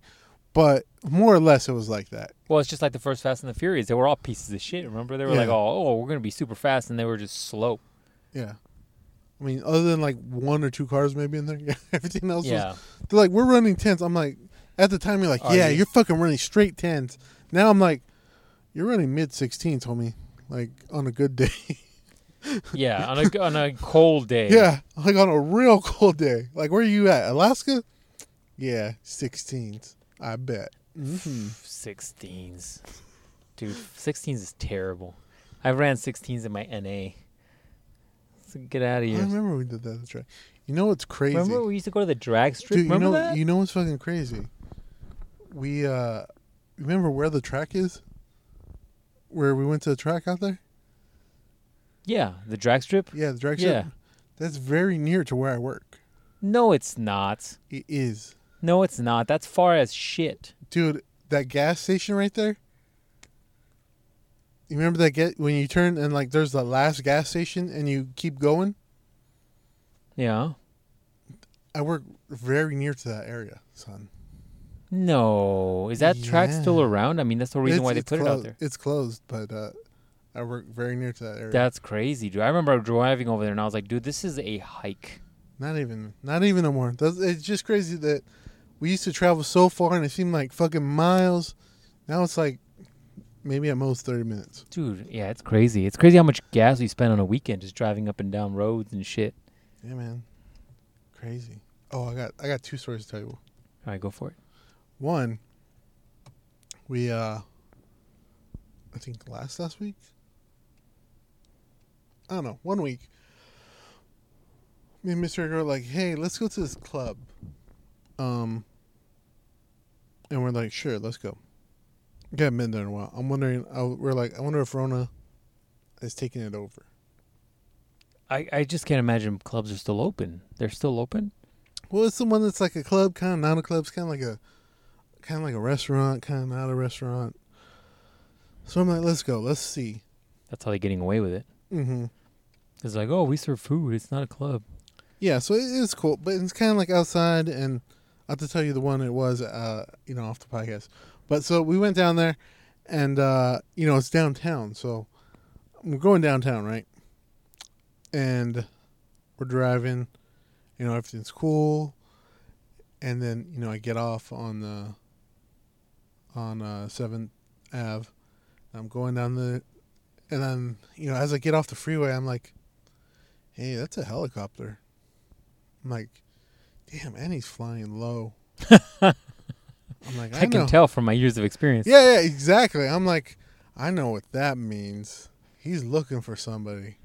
Speaker 2: but more or less it was like that.
Speaker 1: Well, it's just like the first Fast and the Furious. They were all pieces of shit. Remember, they were like,
Speaker 2: Yeah.
Speaker 1: "Oh, oh, we're gonna be super fast," and they were just slow.
Speaker 2: Yeah, I mean, other than like one or two cars maybe in there, yeah, everything else. was-
Speaker 1: yeah,
Speaker 2: they're like, we're running tens. I'm like, at the time you're like,
Speaker 1: Are
Speaker 2: yeah,
Speaker 1: you?
Speaker 2: you're fucking running straight tens. Now I'm like, you're running mid 16s, homie. Like on a good day.
Speaker 1: yeah. On a on a cold day.
Speaker 2: Yeah, like on a real cold day. Like where are you at? Alaska? Yeah, 16s. I bet. hmm
Speaker 1: Mm-hmm. sixteens, dude. Sixteens is terrible. I ran sixteens in my NA. So get out of
Speaker 2: I
Speaker 1: here.
Speaker 2: remember we did that at the track. You know what's crazy?
Speaker 1: Remember we used to go to the drag strip.
Speaker 2: Dude, you
Speaker 1: remember
Speaker 2: know
Speaker 1: that?
Speaker 2: you know what's fucking crazy? We uh remember where the track is? Where we went to the track out there?
Speaker 1: yeah, the drag strip.
Speaker 2: Yeah, the drag
Speaker 1: Yeah.
Speaker 2: strip. That's very near to where I work.
Speaker 1: No, it's not.
Speaker 2: It is.
Speaker 1: No, it's not. That's far as shit.
Speaker 2: Dude, that gas station right there? You remember that get when you turn and like there's the last gas station and you keep going?
Speaker 1: Yeah.
Speaker 2: I work very near to that area, son.
Speaker 1: No, is that track
Speaker 2: Yeah.
Speaker 1: still around? I mean, that's the reason
Speaker 2: It's-
Speaker 1: why they
Speaker 2: it's
Speaker 1: put it out
Speaker 2: closed-
Speaker 1: there.
Speaker 2: It's closed, but uh, I work very near to that area.
Speaker 1: That's crazy, dude. I remember driving over there and I was like, dude, this is a hike.
Speaker 2: not even, not even no more. That's, it's just crazy that we used to travel so far and it seemed like fucking miles. Now it's like maybe at most thirty minutes.
Speaker 1: Dude, yeah, it's crazy. It's crazy how much gas we spend on a weekend just driving up and down roads and shit.
Speaker 2: Yeah, man, crazy. Oh, I got, I got two stories to tell you.
Speaker 1: All right, go for it.
Speaker 2: One, we, uh, I think last last week. I don't know. One week, me and Mr. Girl like, hey, let's go to this club. Um, and we're like, sure, let's go. Okay, I've been there in a while. I'm wondering. I, we're like, I wonder if Rona is taking it over.
Speaker 1: I, I just can't imagine clubs are still open. They're still open.
Speaker 2: Well, it's the one that's like a club, kind of not a club. It's kind of like a, kind of like a restaurant, kind of not a restaurant. So I'm like, let's go, let's see.
Speaker 1: That's how they're getting away with it.
Speaker 2: hmm
Speaker 1: It's like, oh, we serve food. It's not a club.
Speaker 2: Yeah, so it is cool, but it's kind of like outside, and I have to tell you the one it was, uh, you know, off the podcast. But so we went down there, and uh, you know, it's downtown, so we're going downtown, right? And we're driving, you know, everything's cool, and then you know, I get off on the on uh Seventh Ave. I'm going down the, and I'm you know, as I get off the freeway, I'm like, hey, that's a helicopter. I'm like, damn, and he's flying low. I'm like, I,
Speaker 1: I, can
Speaker 2: know.
Speaker 1: tell from my years of experience.
Speaker 2: Yeah, yeah, exactly. I'm like, I know what that means. He's looking for somebody.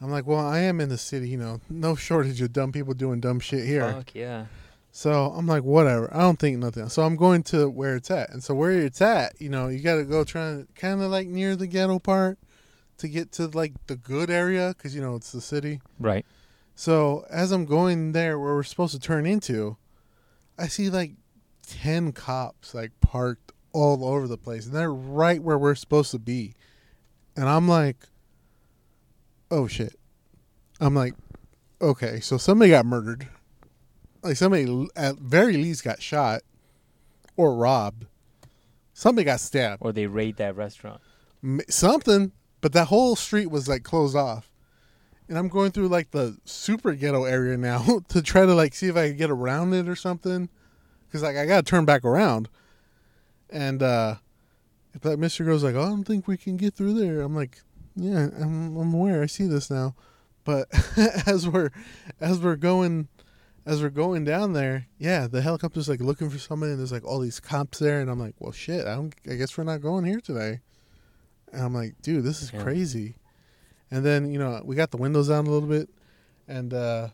Speaker 2: I'm like, well, I am in the city, you know, no shortage of dumb people doing dumb shit here.
Speaker 1: Fuck yeah.
Speaker 2: So I'm like, whatever. I don't think nothing. So I'm going to where it's at. And so where it's at, you know, you got to go trying kind of like near the ghetto part to get to like the good area because, you know, it's the city.
Speaker 1: Right.
Speaker 2: So as I'm going there where we're supposed to turn into, I see like 10 cops like parked all over the place and they're right where we're supposed to be. And I'm like, oh shit. I'm like, okay, so somebody got murdered. Like somebody l- at very least got shot or robbed. Somebody got stabbed.
Speaker 1: Or they raid that restaurant.
Speaker 2: M- something, but that whole street was like closed off. And I'm going through like the super ghetto area now to try to like see if I can get around it or something. Cause like I gotta turn back around. And uh if that Mr. Girl's like, "Oh, I don't think we can get through there. I'm like, Yeah, I'm I'm aware, I see this now. But as we're as we're going as we're going down there, yeah, the helicopter's like looking for somebody and there's like all these cops there and I'm like, Well shit, I don't I guess we're not going here today. And I'm like, dude, this is
Speaker 1: Yeah.
Speaker 2: crazy. And then, you know, we got the windows down a little bit and uh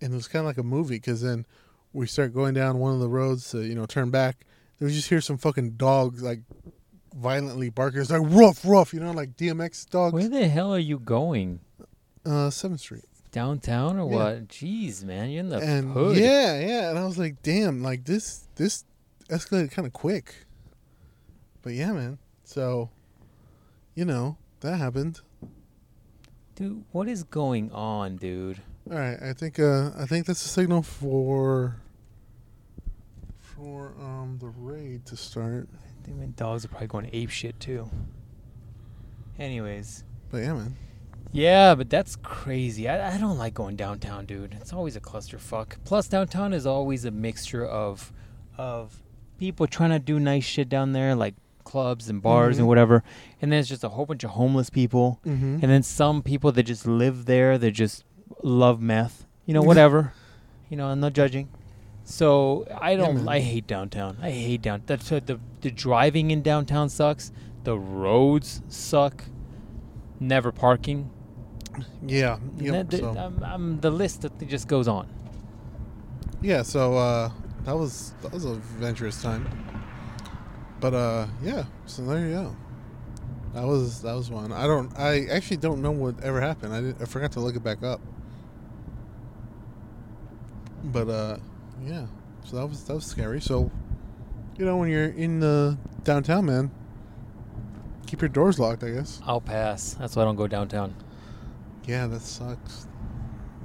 Speaker 2: and it was kind of like a movie cuz then we start going down one of the roads to, you know, turn back. And we just hear some fucking dogs like violently barking. It's like rough, rough, you know, like DMX
Speaker 1: Where
Speaker 2: dogs.
Speaker 1: the hell are you going?
Speaker 2: Uh 7th Street.
Speaker 1: Downtown or
Speaker 2: Yeah.
Speaker 1: what? Jeez, man, you're in the
Speaker 2: and
Speaker 1: hood.
Speaker 2: yeah, yeah, and I was like, "Damn, like this this escalated kind of quick." But yeah, man. So, you know, that happened.
Speaker 1: Dude, what is going on, dude?
Speaker 2: All right, I think uh I think that's a signal for for um the raid to start.
Speaker 1: I think my dogs are probably going ape shit too. Anyways.
Speaker 2: But yeah, man.
Speaker 1: Yeah, but that's crazy. I, I don't like going downtown, dude. It's always a clusterfuck. Plus, downtown is always a mixture of of people trying to do nice shit down there, like clubs and bars
Speaker 2: Mhm.
Speaker 1: and whatever. And then it's just a whole bunch of homeless people.
Speaker 2: Mm-hmm.
Speaker 1: And then some people that just live there, they just love meth. You know, whatever. you know, I'm not judging. So I don't.
Speaker 2: man.
Speaker 1: I hate downtown. I hate down. That's what the the driving in downtown sucks. The roads suck. Never parking.
Speaker 2: yeah,
Speaker 1: And
Speaker 2: yep,
Speaker 1: that-
Speaker 2: so-
Speaker 1: um, um, the list that th- just goes on.
Speaker 2: yeah. So uh, that was that was an adventurous time. But uh, yeah. So there you go. That was that was one. I don't. I actually don't know what ever happened. I didn't, I forgot to look it back up. But uh, yeah. So that was that was scary. So, you know, when you're in the downtown, man, keep your doors locked. I guess.
Speaker 1: I'll pass. That's why I don't go downtown.
Speaker 2: Yeah, that sucks.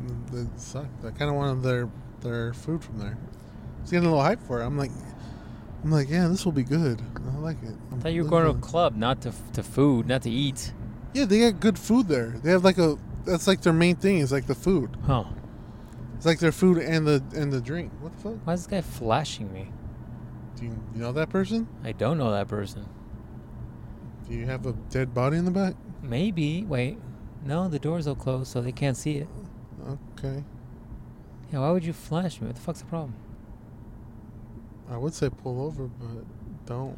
Speaker 2: Mm, That sucked. I kind of wanted their their food from there. I was getting a little hype for it. I'm like, I'm like, yeah, this will be good. I like it. I'm
Speaker 1: I thought you were
Speaker 2: looking
Speaker 1: going to a
Speaker 2: for-
Speaker 1: club, not to f- to food, not to eat.
Speaker 2: Yeah, they got good food there. They have like a. That's like their main thing. Is like the food.
Speaker 1: Huh?
Speaker 2: It's like their food and the and the drink. What the fuck?
Speaker 1: Why is this guy flashing me?
Speaker 2: Do you, you know that person?
Speaker 1: I don't know that person.
Speaker 2: Do you have a dead body in the back?
Speaker 1: Maybe. Wait. No, the doors are closed, so they can't see it.
Speaker 2: Okay.
Speaker 1: Yeah, why would you flash me? What the fuck's the problem?
Speaker 2: I would say pull over, but don't.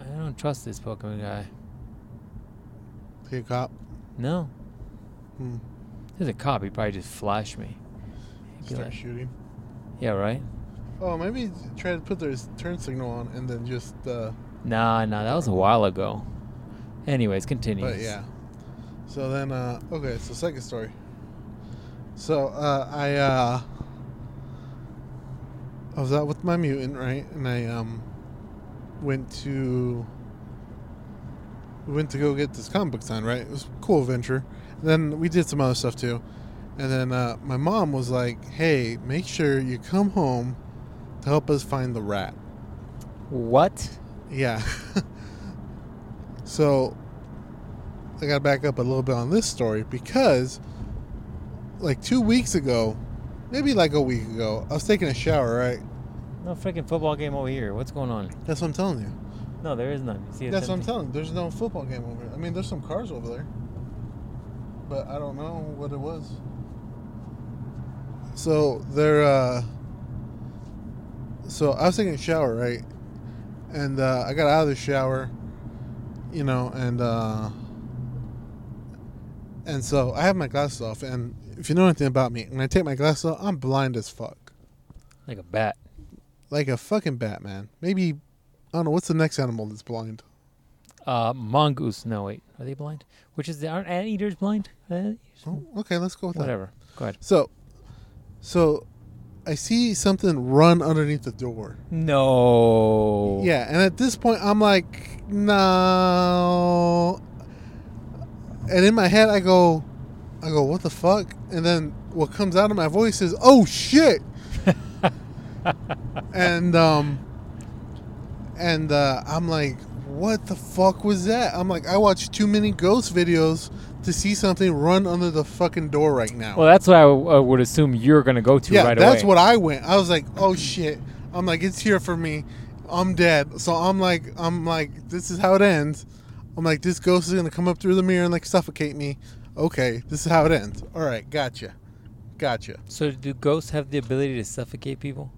Speaker 1: I don't trust this Pokemon guy.
Speaker 2: Be a cop.
Speaker 1: No.
Speaker 2: Hmm.
Speaker 1: There's a cop. He probably just flashed me. He'd be
Speaker 2: Start
Speaker 1: like-
Speaker 2: shooting.
Speaker 1: yeah, right?
Speaker 2: Oh, maybe try to put their turn signal on and then just. uh
Speaker 1: Nah, nah, that was a while ago. Anyways, continue.
Speaker 2: But yeah. So then, uh, okay, so second story. So uh, I uh, I was out with my mutant, right? And I um, went to we went to go get this comic book signed, right? It was a cool adventure. And then we did some other stuff too. And then uh, my mom was like, "Hey, make sure you come home to help us find the rat."
Speaker 1: What?
Speaker 2: Yeah. so I gotta back up a little bit on this story because like two weeks ago, maybe like a week ago, I was taking a shower, right?
Speaker 1: No freaking football game over here. What's going on?
Speaker 2: That's what I'm telling you.
Speaker 1: No, there is none. You See, it's
Speaker 2: That's what I'm
Speaker 1: empty.
Speaker 2: telling you. There's no football game over there. I mean there's some cars over there. But I don't know what it was. So there uh so I was taking a shower, right? And uh, I got out of the shower, you know, and uh and so I have my glasses off, and if you know anything about me, when I take my glasses off, I'm blind as fuck,
Speaker 1: Like a bat.
Speaker 2: like a fucking bat, man. Maybe I don't know what's the next animal that's blind.
Speaker 1: Uh, mongoose. No, wait. Are they blind? Which is the aren't anteaters blind? Uh,
Speaker 2: Oh, okay, let's go with that.
Speaker 1: Whatever. Go ahead.
Speaker 2: So, so I see something run underneath the door.
Speaker 1: No.
Speaker 2: Yeah, and at this point, I'm like, no. And in my head, I go, I go, what the fuck? And then what comes out of my voice is, oh shit. and um, and uh, I'm like, what the fuck was that? I'm like, I watched too many ghost videos to see something run under the fucking door right now.
Speaker 1: Well, that's what I w- uh, would assume you're gonna go to
Speaker 2: yeah,
Speaker 1: right away.
Speaker 2: that's what I went. I was like, oh shit. I'm like, it's here for me. I'm dead. So I'm like, I'm like, this is how it ends. I'm like, this ghost is gonna come up through the mirror and like suffocate me. Okay, this is how it ends. All right, gotcha, gotcha.
Speaker 1: So, do ghosts have the ability to suffocate people?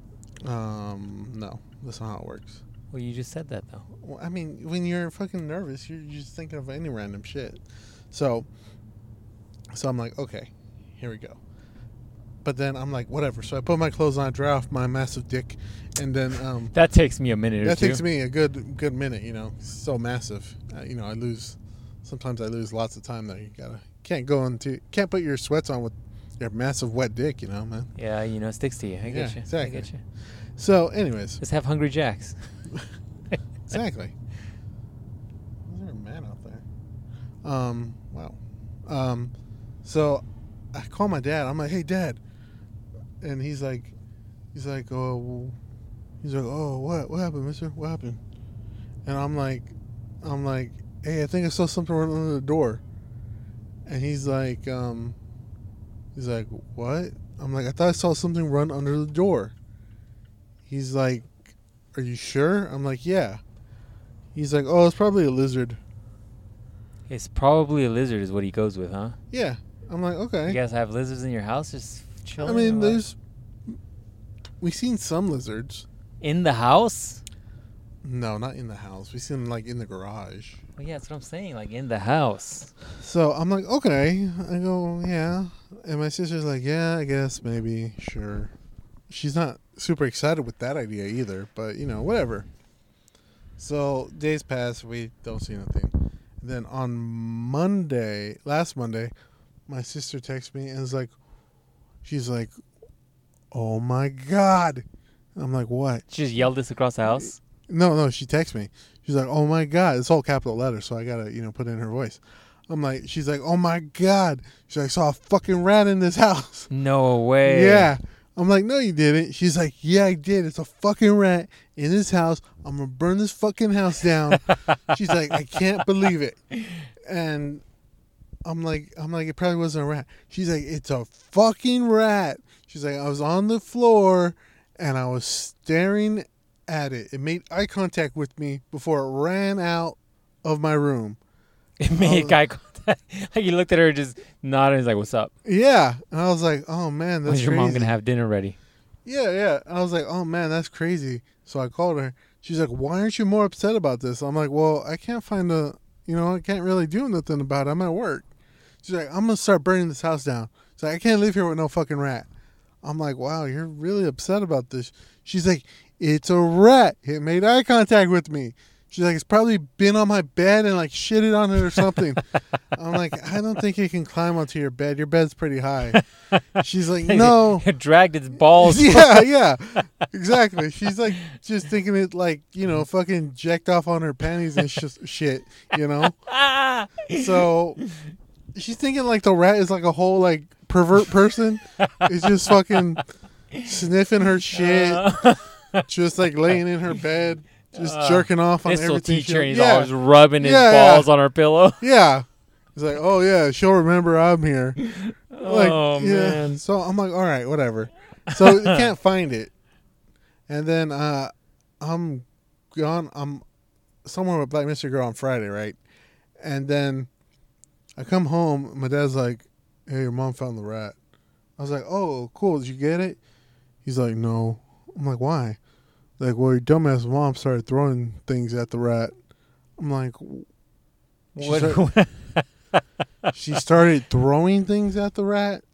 Speaker 2: Um, no, that's not how it works.
Speaker 1: Well, you just said that though.
Speaker 2: Well, I mean, when you're fucking nervous, you're just thinking of any random shit. So, so I'm like, okay, here we go. But then I'm like, whatever. So I put my clothes on, I dry off my massive dick, and then um,
Speaker 1: That takes me a minute or
Speaker 2: that
Speaker 1: two.
Speaker 2: takes me a good good minute. You know, so massive. Uh, you know, I lose. Sometimes I lose lots of time there. You gotta can't go into can't put your sweats on with your massive wet dick. You know, man.
Speaker 1: yeah, you know, it sticks to you. I
Speaker 2: Yeah,
Speaker 1: get you.
Speaker 2: exactly.
Speaker 1: I get you.
Speaker 2: So, anyways,
Speaker 1: Just have hungry jacks.
Speaker 2: exactly. Is there a man out there? Um. Wow. Um. So, I call my dad. I'm like, "Hey, dad," and he's like, he's like, "Oh, well," he's like, "Oh, what? What happened, Mister? What happened?" And I'm like, I'm like, "Hey, I think I saw something run under the door," and he's like, um, he's like, "What?" I'm like, "I thought I saw something run under the door." He's like, "Are you sure?" I'm like, "Yeah." He's like, "Oh, it's probably a lizard."
Speaker 1: It's probably a lizard, is what he goes with, huh?
Speaker 2: Yeah. I'm like,
Speaker 1: You
Speaker 2: okay.
Speaker 1: guys have lizards in your house, just
Speaker 2: Eh? I
Speaker 1: chilling. or
Speaker 2: mean,
Speaker 1: what?
Speaker 2: there's we've seen some lizards.
Speaker 1: in the house.
Speaker 2: No, not in the house. We've seen them, like in the garage.
Speaker 1: Well, yeah, that's what I'm saying. Like in the house.
Speaker 2: So I'm like, okay. I go, yeah. And my sister's like, yeah, I guess, maybe, sure. She's not super excited with that idea either, but you know, whatever. So days pass, we don't see nothing. then on Monday, last Monday, my sister texts me and is like, she's like, oh my god. I'm like, what?
Speaker 1: She just yelled this across the house.
Speaker 2: No, no, she texts me. She's like, "Oh my god!" It's all capital letters, so I gotta, you know, put in her voice. I'm like, she's like, "Oh my god!" She's like, "Saw a fucking rat in this house."
Speaker 1: No way.
Speaker 2: Yeah. I'm like, "No, you didn't." She's like, "Yeah, I did. It's a fucking rat in this house. I'm gonna burn this fucking house down." she's like, "I can't believe it," and I'm like, "I'm like, it probably wasn't a rat." She's like, "It's a fucking rat." She's like, "I was on the floor and I was staring at it. It made eye contact with me before it ran out of my room.
Speaker 1: It
Speaker 2: Oh.
Speaker 1: made guy contact. Like he looked at her, and just nodded. And he's like, "What's up?
Speaker 2: Yeah. And I was like, oh man, that's
Speaker 1: When's your mom
Speaker 2: crazy.
Speaker 1: gonna have dinner ready?"
Speaker 2: yeah, yeah. I was like, oh man, that's crazy. So I called her. She's like, why aren't you more upset about this? I'm like, well, I can't find a, you know, I can't really do nothing about it. I'm at work. She's like, I'm going to start burning this house down. She's like, I can't live here with no fucking rat. I'm like, wow, you're really upset about this. She's like, it's a rat. It made eye contact with me. She's like, it's probably been on my bed and like shitted on it or something. I'm like, I don't think it can climb onto your bed. Your bed's pretty high. She's like, no.
Speaker 1: It dragged its balls.
Speaker 2: yeah, yeah, exactly. She's like just thinking it like you know fucking jacked off on her panties and sh- shit, you know.
Speaker 1: Ah!
Speaker 2: So she's thinking like the rat is like a whole like pervert person. It's just fucking sniffing her shit,
Speaker 1: Uh,
Speaker 2: just like laying in her bed, just
Speaker 1: Uh,
Speaker 2: jerking off on
Speaker 1: this little
Speaker 2: everything. she-
Speaker 1: teacher, and he's
Speaker 2: yeah,
Speaker 1: always rubbing his
Speaker 2: Yeah, yeah.
Speaker 1: balls on her pillow.
Speaker 2: yeah. It's like, oh yeah, she'll remember I'm here. Like,
Speaker 1: oh
Speaker 2: yeah.
Speaker 1: man.
Speaker 2: So I'm like, all right, whatever. So you can't find it, and then uh, I'm gone. I'm somewhere with Black Mystery Girl on Friday, right? And then I come home. My dad's like, "Hey, your mom found the rat." I was like, "Oh, cool. Did you get it?" He's like, "No." I'm like, "Why?" Like, well, your dumbass mom started throwing things at the rat. I'm like, She's
Speaker 1: What,
Speaker 2: she started throwing things at the rat.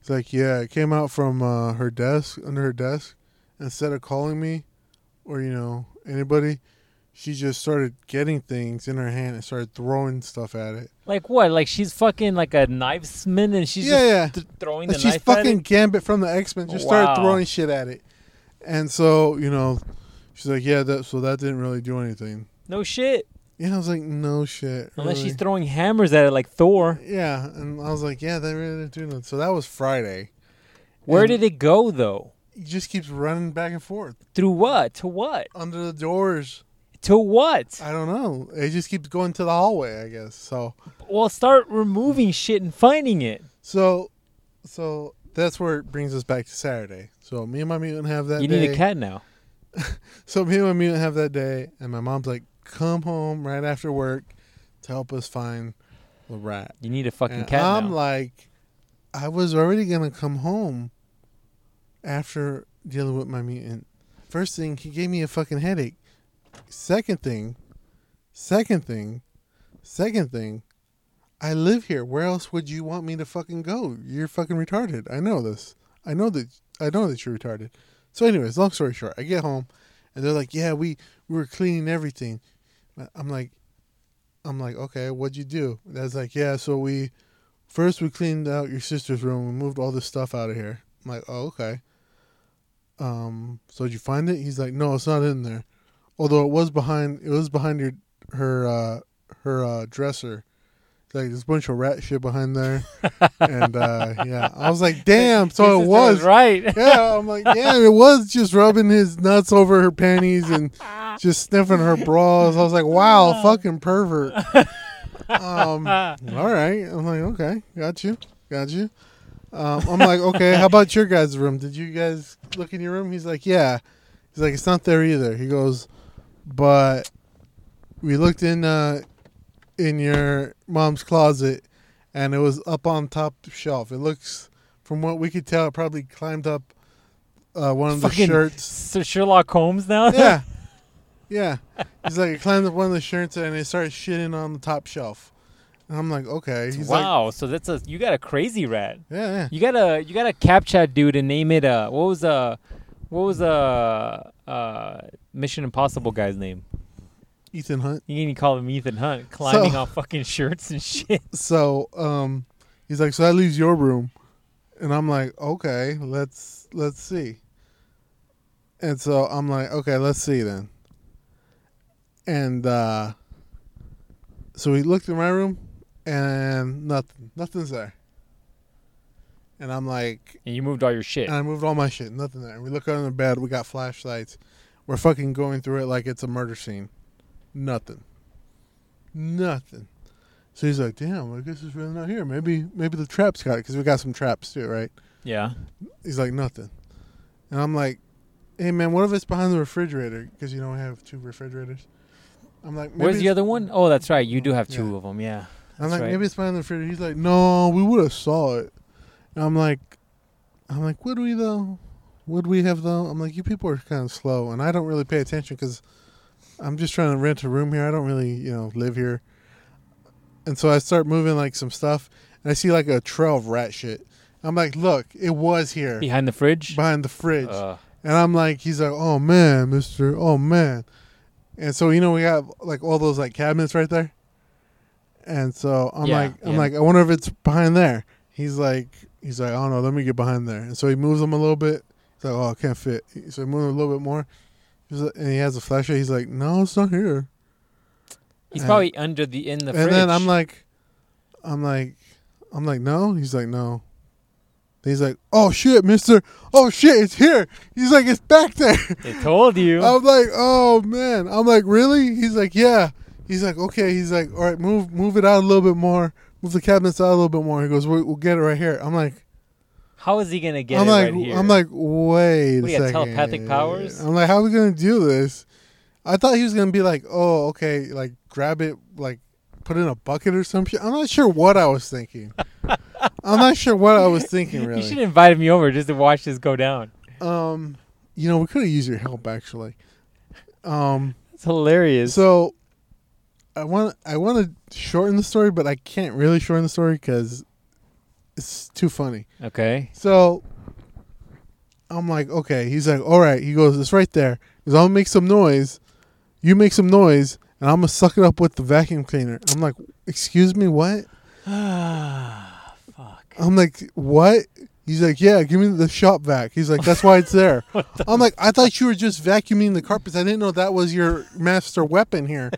Speaker 2: It's like, yeah, it came out from uh, her desk, under her desk. Instead of calling me or, you know, anybody, she just started getting things in her hand and started throwing stuff at it.
Speaker 1: like what? Like she's fucking like a knivesman, and she's
Speaker 2: yeah,
Speaker 1: just
Speaker 2: yeah.
Speaker 1: th- throwing
Speaker 2: Like,
Speaker 1: the
Speaker 2: she's
Speaker 1: knife
Speaker 2: fucking
Speaker 1: at it.
Speaker 2: Gambit from the X Men. Just started
Speaker 1: Wow.
Speaker 2: throwing shit at it. And so, you know, she's like, yeah, that, so that didn't really do anything.
Speaker 1: No shit.
Speaker 2: Yeah, I was like, no shit.
Speaker 1: Unless
Speaker 2: really.
Speaker 1: she's throwing hammers at it like Thor.
Speaker 2: Yeah, and I was like, yeah, they really didn't do nothing. So that was Friday.
Speaker 1: Where
Speaker 2: And-
Speaker 1: did it go though?
Speaker 2: He just keeps running back and forth
Speaker 1: Through what? To what?
Speaker 2: under the doors.
Speaker 1: To what?
Speaker 2: I don't know. It just keeps going to the hallway, I guess. So,
Speaker 1: Well, start removing shit and finding it.
Speaker 2: so, so that's where it brings us back to Saturday. So me and my mutant have that.
Speaker 1: You
Speaker 2: day.
Speaker 1: need a cat now.
Speaker 2: So me and my mutant have that day, and my mom's like, "Come home right after work to help us find the rat."
Speaker 1: You need a fucking
Speaker 2: And
Speaker 1: cat
Speaker 2: I'm
Speaker 1: now.
Speaker 2: like, I was already gonna come home after dealing with my mutant. First thing, he gave me a fucking headache. Second thing, second thing, second thing, I live here. Where else would you want me to fucking go? You're fucking retarded. I know this. I know that. I know that you're retarded. So, anyways, long story short, I get home, and they're like, "Yeah, we we were cleaning everything." I'm like, I'm like, "Okay, what'd you do?" That's like, "Yeah, so we First, we cleaned out your sister's room. We moved all this stuff out of here. I'm like, oh, okay. Um, so did you find it? He's like, no, it's not in there. Although it was behind, it was behind your her uh, her uh, dresser. He's like, there's a bunch of rat shit behind there, and uh, yeah, I was like, damn. So
Speaker 1: Your
Speaker 2: it
Speaker 1: sister
Speaker 2: was.
Speaker 1: right.
Speaker 2: Yeah, I'm like, yeah, it was just rubbing his nuts over her panties and just sniffing her bras. I was like, wow, fucking pervert. Um, all right. I'm like, okay, got you, got you. Um, I'm like, okay, how about your guys' room? Did you guys look in your room? He's like, yeah. He's like, it's not there either. He goes, but we looked in uh, in your mom's closet, and it was up on top shelf. It looks, from what we could tell, it probably climbed up uh, one of
Speaker 1: Fucking
Speaker 2: the shirts
Speaker 1: So Sherlock Holmes now.
Speaker 2: yeah. Yeah. He's like, he climbed up one of the shirts and it started shitting on the top shelf. And I'm like, okay. He's like,
Speaker 1: wow. so that's a you got a crazy rat.
Speaker 2: yeah, yeah.
Speaker 1: You gotta you gotta captcha dude and name it uh what was uh what was uh uh Mission Impossible guy's name?
Speaker 2: Ethan Hunt.
Speaker 1: You can call him Ethan Hunt climbing
Speaker 2: So-
Speaker 1: on fucking shirts and shit.
Speaker 2: So, um, he's like, so that leaves your room. And I'm like, okay, let's, let's see. And so I'm like, okay, let's see then. And, uh, so we looked in my room and nothing, nothing's there. And I'm like,
Speaker 1: And you moved all your shit.
Speaker 2: And I moved all my shit. Nothing there. We look under the bed. We got flashlights. We're fucking going through it like it's a murder scene. Nothing. Nothing. So he's like, "Damn, I guess it's really not here. Maybe, maybe the traps got it because we got some traps too, right?"
Speaker 1: yeah.
Speaker 2: He's like, "Nothing." And I'm like, "Hey man, what if it's behind the refrigerator? Because you know we have two refrigerators." I'm like, maybe
Speaker 1: Where's the
Speaker 2: it's-
Speaker 1: other one? Oh, that's right. You do have two
Speaker 2: Yeah.
Speaker 1: of them. Yeah.
Speaker 2: I'm
Speaker 1: That's
Speaker 2: like,
Speaker 1: right.
Speaker 2: maybe it's behind the refrigerator. He's like, no, we would have saw it. And I'm like, I'm like, would we though? Would we have though? I'm like, you people are kind of slow, and I don't really pay attention because I'm just trying to rent a room here. I don't really, you know, live here. And so I start moving like some stuff, and I see like a trail of rat shit. I'm like, look, it was here
Speaker 1: Behind the fridge.
Speaker 2: behind the fridge.
Speaker 1: Uh,
Speaker 2: And I'm like, he's like, oh man, mister, oh man. And so you know we have like all those like cabinets right there. And so I'm
Speaker 1: Yeah,
Speaker 2: like I'm
Speaker 1: yeah.
Speaker 2: like I wonder if it's behind there. He's like he's like I don't know. Let me get behind there. And so he moves them a little bit. He's like oh I can't fit. So he moves them a little bit more. He's like- and he has a flashlight. He's like no it's not here.
Speaker 1: He's
Speaker 2: And-
Speaker 1: probably under the in the
Speaker 2: and
Speaker 1: fridge.
Speaker 2: then I'm like I'm like I'm like no. He's like no. He's like oh shit Mister. Oh shit it's here. He's like it's back there.
Speaker 1: I told you.
Speaker 2: I'm like, oh man. I'm like, really? He's like, yeah. He's like, okay. He's like, all right, move move it out a little bit more. Move the cabinets out a little bit more. He goes, we- we'll get it right here. I'm like,
Speaker 1: How is he gonna get
Speaker 2: I'm
Speaker 1: it
Speaker 2: like,
Speaker 1: right here?
Speaker 2: I'm like, wait
Speaker 1: What,
Speaker 2: a
Speaker 1: he got
Speaker 2: second.
Speaker 1: telepathic powers?
Speaker 2: I'm like, how are we gonna do this? I thought he was gonna be like, oh, okay, like grab it, like put it in a bucket or some shit. I'm not sure what I was thinking. I'm not sure what I was thinking really.
Speaker 1: you should have invited me over just to watch this go down.
Speaker 2: um, you know, we could have used your help actually. Um.
Speaker 1: It's hilarious.
Speaker 2: So, I want I want to shorten the story, but I can't really shorten the story because it's too funny.
Speaker 1: okay.
Speaker 2: So, I'm like, okay. He's like, all right. He goes, it's right there. He goes, I'll make some noise. You make some noise, and I'm gonna suck it up with the vacuum cleaner. I'm like, excuse me, what?
Speaker 1: Fuck.
Speaker 2: I'm like, what? He's like, yeah, give me the shop vac. He's like, that's why it's there. I'm like, I thought you were just vacuuming the carpets. I didn't know that was your master weapon here.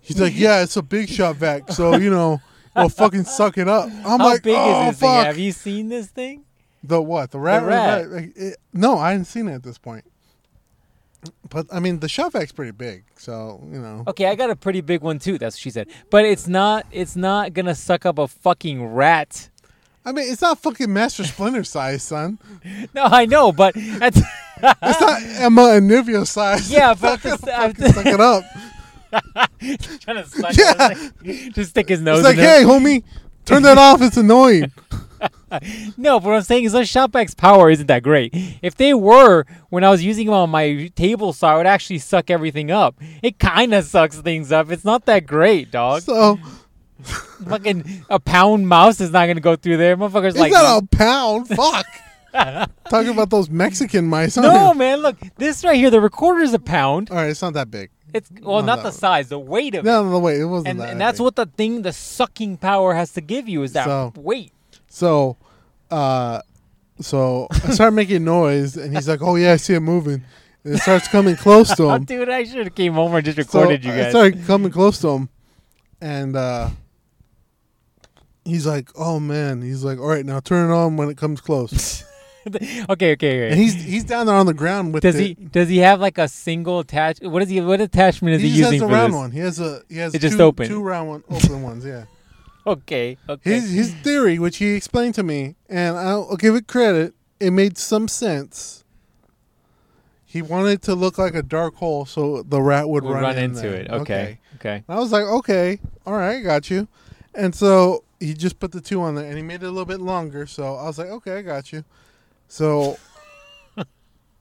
Speaker 2: He's like, yeah, it's a big shop vac. So, you know, well, fucking suck it up. I'm
Speaker 1: How
Speaker 2: like,
Speaker 1: big
Speaker 2: oh,
Speaker 1: is this thing?
Speaker 2: fuck.
Speaker 1: Have you seen this thing?
Speaker 2: The what? The rat?
Speaker 1: The rat.
Speaker 2: Like, it- no, I hadn't seen it at this point. But, I mean, the shop vac's pretty big. So, you know.
Speaker 1: Okay, I got a pretty big one too. That's what she said. But it's not. It's not gonna suck up a fucking rat.
Speaker 2: I mean, it's not fucking Master Splinter size, son.
Speaker 1: No, I know, but that's
Speaker 2: It's not Emma and Nivea size.
Speaker 1: Ah. yeah. But I'm just- I'm just
Speaker 2: Suck it up.
Speaker 1: trying to suck. it.
Speaker 2: Yeah.
Speaker 1: It's like- Just stick his nose.
Speaker 2: It's like,
Speaker 1: in there.
Speaker 2: hey, homie, turn that off. It's annoying.
Speaker 1: No, but what I'm saying is, those Shopback's power isn't that great. If they were, when I was using them on my table saw, it would actually suck everything up. It kind of sucks things up. It's not that great, dog.
Speaker 2: So
Speaker 1: Fucking a pound mouse is not gonna go through there. Motherfuckers
Speaker 2: it's
Speaker 1: like
Speaker 2: not a pound. Fuck. Talking about those Mexican mice. aren't
Speaker 1: no,
Speaker 2: you?
Speaker 1: man. Look, this right here, the recorder is a pound.
Speaker 2: All right, it's not that big.
Speaker 1: It's well,
Speaker 2: No,
Speaker 1: not the
Speaker 2: no.
Speaker 1: size, the weight of it.
Speaker 2: No, no, no, wait, it wasn't
Speaker 1: And,
Speaker 2: that.
Speaker 1: and that's
Speaker 2: big.
Speaker 1: what the thing, the sucking power has to give you is that
Speaker 2: So-
Speaker 1: weight.
Speaker 2: So, uh, so I start making noise, and he's like, "Oh yeah, I see it moving." And it starts coming close to
Speaker 1: Oh,
Speaker 2: him.
Speaker 1: dude, I should have came over and just
Speaker 2: so
Speaker 1: recorded you
Speaker 2: I
Speaker 1: guys.
Speaker 2: started coming close to him, and uh, he's like, "Oh man," he's like, "All right, now turn it on when it comes close."
Speaker 1: okay, okay, okay.
Speaker 2: and he's he's down there on the ground with
Speaker 1: Does
Speaker 2: it.
Speaker 1: he does he have like a single attach? What is he? What attachment is he,
Speaker 2: he just
Speaker 1: using
Speaker 2: has a
Speaker 1: for
Speaker 2: round
Speaker 1: this?
Speaker 2: one. He has a he has
Speaker 1: It just
Speaker 2: two,
Speaker 1: open.
Speaker 2: two round one open ones. Yeah,
Speaker 1: Okay, okay.
Speaker 2: his his theory, which he explained to me, and I'll, I'll give it credit. It made some sense. He wanted to look like a dark hole, so the rat would
Speaker 1: We'll
Speaker 2: run,
Speaker 1: run,
Speaker 2: in
Speaker 1: into
Speaker 2: there.
Speaker 1: it. Okay, okay.
Speaker 2: And I was like, okay, all right, got you. And so he just put the two on there, and he made it a little bit longer. So I was like, okay, I got you. So,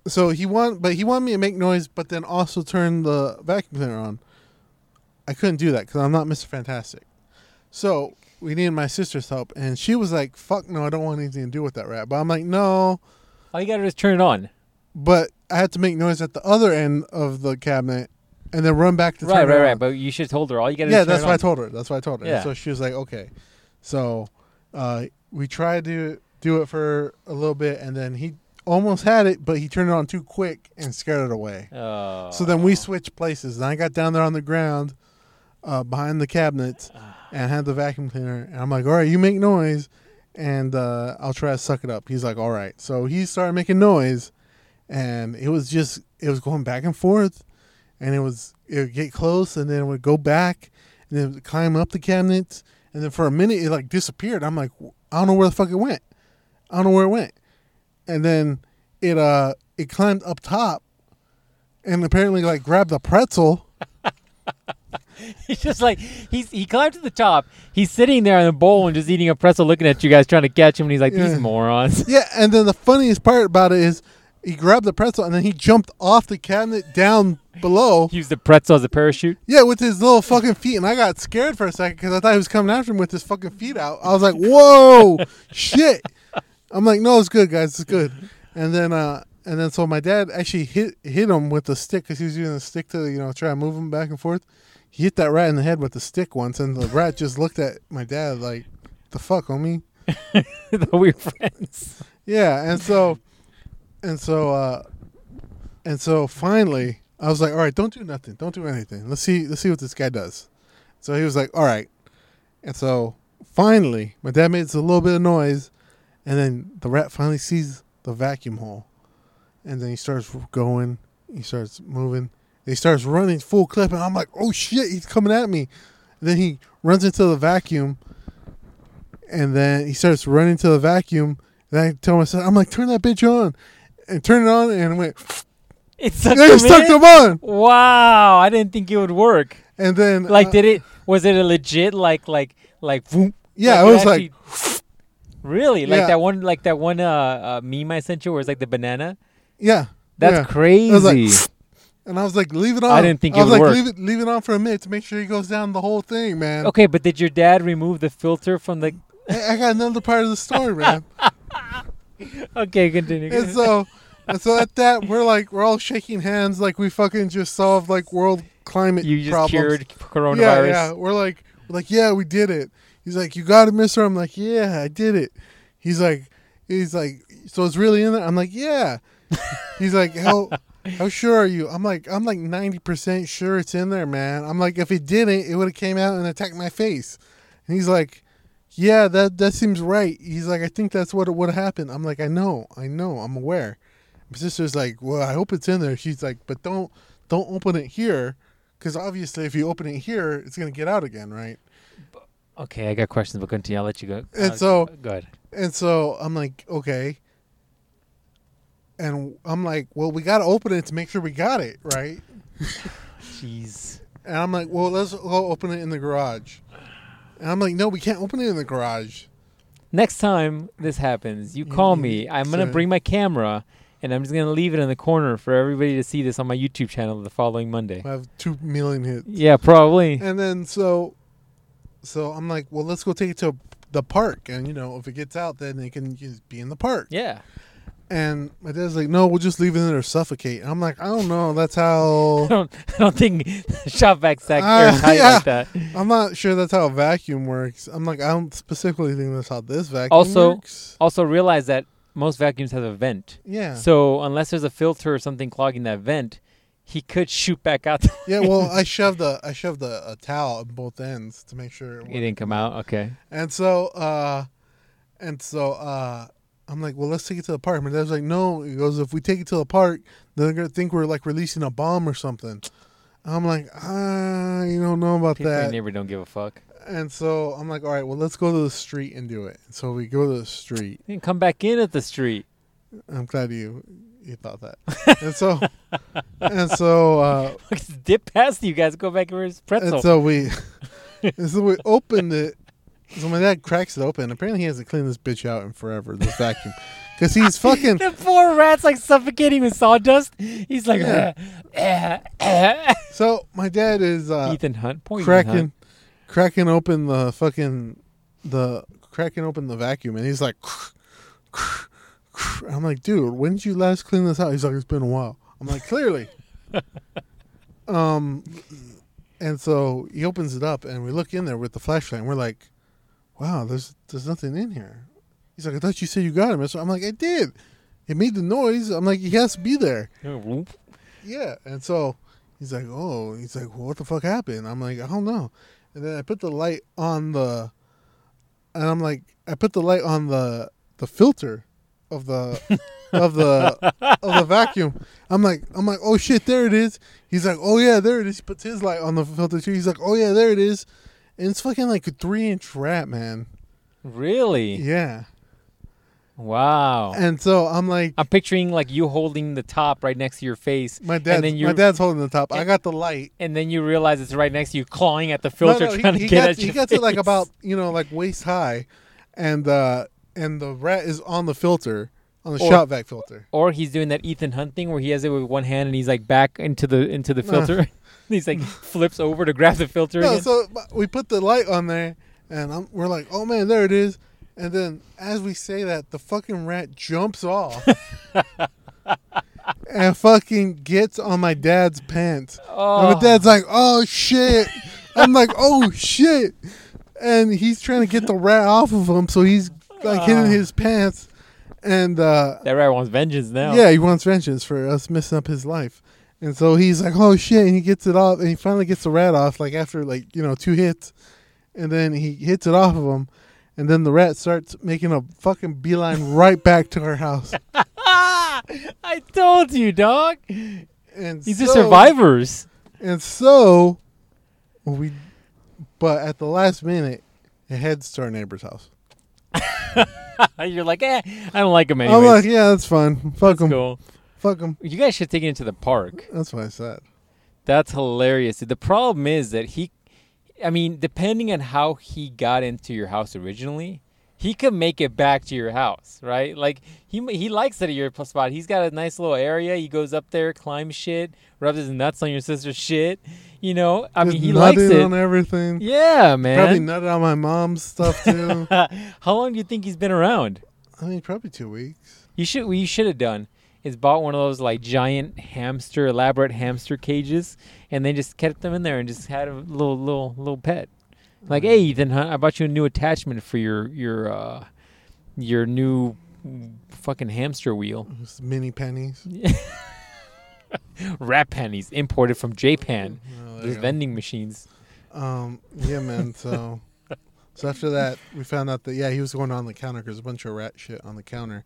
Speaker 2: so he want, but he wanted me to make noise, but then also turn the vacuum cleaner on. I couldn't do that because I'm not Mr. Fantastic. So we needed my sister's help, and she was like, "Fuck no, I don't want anything to do with that rat." But I'm like, no.
Speaker 1: All you gotta do is turn it on.
Speaker 2: But I had to make noise at the other end of the cabinet, and then run back to
Speaker 1: Right,
Speaker 2: turn it
Speaker 1: right,
Speaker 2: on
Speaker 1: right. But you should hold her. All you gotta do
Speaker 2: yeah,
Speaker 1: is turn
Speaker 2: that's
Speaker 1: it
Speaker 2: what I
Speaker 1: on.
Speaker 2: told her. That's what I told her. And
Speaker 1: Yeah.
Speaker 2: So she was like, okay. So uh, we tried to do it for a little bit, and then he almost had it, but he turned it on too quick and scared it away.
Speaker 1: Oh.
Speaker 2: So then we switched places, and I got down there on the ground uh, behind the cabinets and had the vacuum cleaner. And I'm like, all right, you make noise, and uh, I'll try to suck it up. He's like, all right. So he started making noise, and it was just it was going back and forth, and it was it would get close, and then it would go back, and then it would climb up the cabinets, and then for a minute it like disappeared. I'm like, I don't know where the fuck it went. I don't know where it went, and then it uh it climbed up top, and apparently like grabbed a pretzel.
Speaker 1: he's just like he's he climbed to the top. He's sitting there in a bowl and just eating a pretzel, looking at you guys trying to catch him. And he's like,
Speaker 2: Yeah.
Speaker 1: these morons.
Speaker 2: Yeah, and then the funniest part about it is he grabbed the pretzel and then he jumped off the cabinet down below.
Speaker 1: Use the pretzel as a parachute.
Speaker 2: Yeah, with his little fucking feet, and I got scared for a second because I thought he was coming after him with his fucking feet out. I was like, "Whoa, shit!" I'm like, "No, it's good, guys, it's good." And then, uh, And then so my dad actually hit hit him with the stick because he was using the stick to you know try to move him back and forth. He hit that rat in the head with the stick once, and the rat just looked at my dad like, "The fuck, homie."
Speaker 1: the weird friends.
Speaker 2: Yeah, and so, and so, uh, and so finally, I was like, "All right, don't do nothing, don't do anything. Let's see, let's see what this guy does." So he was like, "All right," and so finally, my dad makes a little bit of noise, and then the rat finally sees the vacuum hole, and then he starts going, he starts moving, and he starts running full clip, and I'm like, "Oh shit, he's coming at me!" And then he runs into the vacuum, and then he starts running to the vacuum. And I tell myself, I'm like, turn that bitch on, and turn it on, and I went,
Speaker 1: It sucked.
Speaker 2: and I
Speaker 1: him
Speaker 2: stuck
Speaker 1: in?
Speaker 2: them on.
Speaker 1: Wow, I didn't think it would work.
Speaker 2: And then,
Speaker 1: Like,
Speaker 2: uh,
Speaker 1: did it? Was it a legit like like like? Whoop, like
Speaker 2: Yeah, it was like,
Speaker 1: actually- Really, like
Speaker 2: Yeah.
Speaker 1: that one, like that one uh, uh meme I sent you, where it's like the banana.
Speaker 2: yeah,
Speaker 1: That's
Speaker 2: yeah.
Speaker 1: crazy.
Speaker 2: It was like, and I was like, leave it on.
Speaker 1: I didn't think
Speaker 2: I
Speaker 1: it
Speaker 2: was
Speaker 1: would
Speaker 2: like,
Speaker 1: work. Oh.
Speaker 2: leave it, leave it on for a minute to make sure he goes down the whole thing, man.
Speaker 1: okay, but did your dad remove the filter from the?
Speaker 2: I, I got another part of the story, man.
Speaker 1: Okay, continue.
Speaker 2: and so, and so at that, we're like, we're all shaking hands, like we fucking just solved like world climate
Speaker 1: you just
Speaker 2: problems.
Speaker 1: cured coronavirus.
Speaker 2: Yeah, yeah. We're like, we're like, yeah, we did it. He's like, you got it, Mister. I'm like, yeah, I did it. He's like, he's like, so it's really in there. I'm like, yeah. He's like, how how sure are you? I'm like, I'm like ninety percent sure it's in there, man. I'm like, if it didn't, it would have came out and attacked my face. And he's like, yeah, that that seems right. He's like, I think that's what would happen. I'm like, I know, I know, I'm aware. My sister's like, well, I hope it's in there. She's like, but don't don't open it here, because obviously if you open it here, it's gonna get out again, right?
Speaker 1: Okay, I got questions, but continue. I'll let you go.
Speaker 2: And
Speaker 1: Uh,
Speaker 2: so-
Speaker 1: go ahead.
Speaker 2: And so I'm like, okay. And I'm like, well, we gotta open it to make sure we got it right.
Speaker 1: Jeez.
Speaker 2: And I'm like, well, let's go open it in the garage. And I'm like, no, we can't open it in the garage.
Speaker 1: Next time this happens, you call
Speaker 2: you-
Speaker 1: me. I'm gonna
Speaker 2: sorry.
Speaker 1: bring my camera, and I'm just gonna leave it in the corner for everybody to see this on my YouTube channel the following Monday.
Speaker 2: We have two million hits.
Speaker 1: Yeah, probably.
Speaker 2: And then so, so I'm like, well, let's go take it to the park, and you know, if it gets out, then it can just be in the park.
Speaker 1: Yeah.
Speaker 2: And my dad's like, no, we'll just leave it in there, suffocate. And I'm like, I don't know. That's how
Speaker 1: I don't. I don't think shop vac sack
Speaker 2: Ah,
Speaker 1: airtight
Speaker 2: yeah.
Speaker 1: like that.
Speaker 2: I'm not sure that's how a vacuum works. I'm like, I don't specifically think that's how this vacuum
Speaker 1: Also-
Speaker 2: works.
Speaker 1: Also, realize that most vacuums have a vent.
Speaker 2: Yeah.
Speaker 1: So unless there's a filter or something clogging that vent, he could shoot back out. it
Speaker 2: yeah. Well, I shoved a I shoved a, a towel at both ends to make sure. It
Speaker 1: didn't come out. Okay.
Speaker 2: And so, uh, and so, uh, I'm like, well, let's take it to the park. My dad's like, no. He goes, if we take it to the park, they're gonna think we're like releasing a bomb or something. I'm like, ah, you don't know about
Speaker 1: People
Speaker 2: that.
Speaker 1: in neighbor don't give a fuck.
Speaker 2: And so I'm like, all right, well, let's go to the street and do it. So we go to the street.
Speaker 1: Then come back in at the street.
Speaker 2: I'm glad you you thought that. and so, and so, uh,
Speaker 1: Dip past you guys. Go back and where's pretzel.
Speaker 2: and so we, and so we opened it. So my dad cracks it open. Apparently, he hasn't cleaned this bitch out in forever. This vacuum, because he's fucking.
Speaker 1: the poor rat's like suffocating with sawdust. He's like,
Speaker 2: Yeah.
Speaker 1: "Eh, eh,
Speaker 2: So my dad is
Speaker 1: eh."
Speaker 2: uh,
Speaker 1: Ethan Hunt. Poor Ethan
Speaker 2: cracking,
Speaker 1: Hunt.
Speaker 2: cracking open the fucking, the cracking open the vacuum, and he's like, I'm like, dude, when did you last clean this out? He's like, it's been a while. I'm like, clearly. um, and so he opens it up, and we look in there with the flashlight, and we're like, wow, there's there's nothing in here. He's like, I thought you said you got him. And so I'm like, I did. It made the noise. I'm like, he has to be there.
Speaker 1: Whoop.
Speaker 2: Yeah, and so he's like, "Oh," he's like, well, "What the fuck happened?" I'm like, "I don't know." And then I put the light on the, and I'm like, I put the light on the the filter of the of the of the vacuum. I'm like, I'm like, "Oh shit, there it is." He's like, "Oh yeah, there it is." He puts his light on the filter too. He's like, "Oh yeah, there it is," and it's fucking like a three inch rat, man.
Speaker 1: Really?
Speaker 2: Yeah,
Speaker 1: Wow.
Speaker 2: and so I'm like.
Speaker 1: I'm picturing like you holding the top right next to your face,
Speaker 2: my dad,
Speaker 1: then
Speaker 2: my
Speaker 1: you-
Speaker 2: dad's holding the top. I got the light,
Speaker 1: and then you realize it's right next to you, clawing at the filter,
Speaker 2: No, no,
Speaker 1: trying
Speaker 2: he,
Speaker 1: to
Speaker 2: he
Speaker 1: get
Speaker 2: got-
Speaker 1: at
Speaker 2: he
Speaker 1: your
Speaker 2: gets it like
Speaker 1: face.
Speaker 2: about you know like waist high, and uh and the rat is on the filter on the
Speaker 1: Or-
Speaker 2: shot vac filter.
Speaker 1: Or he's doing that Ethan Hunt thing where he has it with one hand and he's like back into the into the
Speaker 2: Nah.
Speaker 1: filter. he's like flips over to grab the filter.
Speaker 2: No,
Speaker 1: again.
Speaker 2: so but we put the light on there, and I'm, we're like, oh man, there it is. And then as we say that, the fucking rat jumps off. and fucking gets on my dad's pants. And
Speaker 1: Oh,
Speaker 2: my dad's like, oh shit. I'm like, oh shit. And he's trying to get the rat off of him, so he's like
Speaker 1: Ah.
Speaker 2: hitting his pants. And uh,
Speaker 1: that rat wants vengeance now.
Speaker 2: yeah, he wants vengeance for us messing up his life. And so he's like, oh shit. And he gets it off, and he finally gets the rat off, like after like, you know, two hits. And then he hits it off of him. And then the rat starts making a fucking beeline right back to our house.
Speaker 1: Ah, I told you, dog. These
Speaker 2: And
Speaker 1: are
Speaker 2: so-
Speaker 1: survivors.
Speaker 2: And so we but at the last minute it heads to our neighbor's house.
Speaker 1: You're like, eh, I don't like them
Speaker 2: I'm like,
Speaker 1: anyways.
Speaker 2: yeah, that's fine. Fuck them.
Speaker 1: Cool.
Speaker 2: Fuck them.
Speaker 1: You guys should take it into the park.
Speaker 2: That's what I said.
Speaker 1: That's hilarious. The problem is that he, I mean, depending on how he got into your house originally, he could make it back to your house, right? Like he he likes it at your spot. He's got a nice little area. He goes up there, climbs shit, rubs his nuts on your sister's shit. You know, I mean,
Speaker 2: Just
Speaker 1: he likes
Speaker 2: nutted
Speaker 1: it.
Speaker 2: on everything.
Speaker 1: yeah,
Speaker 2: Probably
Speaker 1: man.
Speaker 2: nutted on my mom's stuff too.
Speaker 1: how long do you think he's been around?
Speaker 2: I mean, probably two weeks.
Speaker 1: You should. What you should have done is bought one of those like giant hamster, elaborate hamster cages, and then just kept them in there and just had a little, little, little pet. Like, hey, Ethan, Hunt, I bought you a new attachment for your your uh, your new fucking hamster wheel.
Speaker 2: Just mini pennies.
Speaker 1: Rat panties imported from Japan.
Speaker 2: Oh, there
Speaker 1: There's
Speaker 2: you go.
Speaker 1: vending machines.
Speaker 2: Um, yeah, man. So, so after that, we found out that yeah, he was going on the counter because a bunch of rat shit on the counter,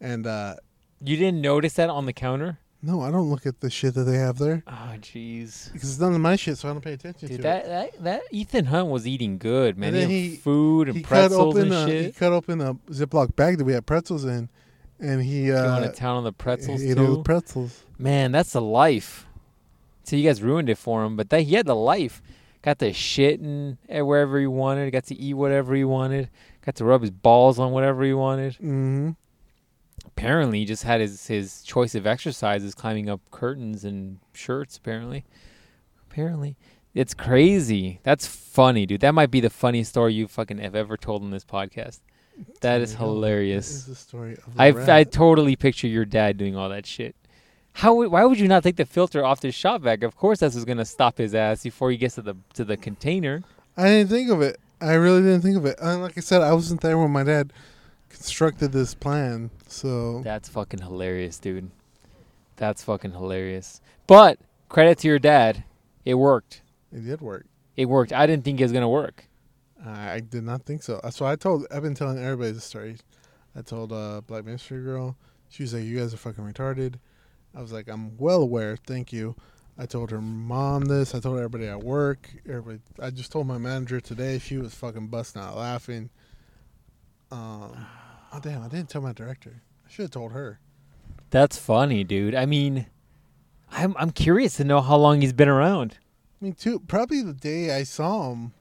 Speaker 2: and uh,
Speaker 1: You didn't notice that on the counter?
Speaker 2: no, I don't look at the shit that they have there
Speaker 1: Oh, jeez.
Speaker 2: because it's none of my shit, so I don't pay attention
Speaker 1: Dude,
Speaker 2: to it.
Speaker 1: that, that that Ethan Hunt was eating good, man.
Speaker 2: And then
Speaker 1: He had
Speaker 2: he-
Speaker 1: food and
Speaker 2: he cut
Speaker 1: pretzels
Speaker 2: open
Speaker 1: and
Speaker 2: a, he
Speaker 1: shit.
Speaker 2: cut open a Ziploc bag that we had pretzels in, and he
Speaker 1: Going
Speaker 2: uh,
Speaker 1: to town on the pretzels
Speaker 2: ate
Speaker 1: too.
Speaker 2: all the pretzels.
Speaker 1: Man, that's the life. So you guys ruined it for him, but that he had the life. Got to shit in eh, wherever he wanted. Got to eat whatever he wanted. Got to rub his balls on whatever he wanted.
Speaker 2: Mm-hmm.
Speaker 1: Apparently, he just had his his choice of exercises: climbing up curtains and shirts. Apparently, apparently, it's crazy. That's funny, dude. That might be the funniest story you fucking have ever told on this podcast. That is
Speaker 2: There you go. This is
Speaker 1: hilarious.
Speaker 2: the story of the
Speaker 1: I
Speaker 2: rat.
Speaker 1: I totally picture your dad doing all that shit. How would- why would you not take the filter off the shop vac? Of course, that's what's gonna stop his ass before he gets to the to the container.
Speaker 2: I didn't think of it. I really didn't think of it. And like I said, I wasn't there when my dad constructed this plan. So
Speaker 1: That's fucking hilarious, dude. That's fucking hilarious. But credit to your dad, it worked.
Speaker 2: it did work.
Speaker 1: It worked. I didn't think it was gonna work.
Speaker 2: I I did not think so. Uh, So I told. I've been telling everybody this story. I told uh, Black Mystery Girl. She was like, "You guys are fucking retarded." I was like, "I'm well aware. Thank you." I told her mom this. I told everybody at work. Everybody. I just told my manager today. She was fucking busting out laughing. Um. Oh damn! I didn't tell my director. I should have told her.
Speaker 1: That's funny, dude. I mean, I'm I'm curious to know how long he's been around.
Speaker 2: I mean, too. Probably the day I saw him.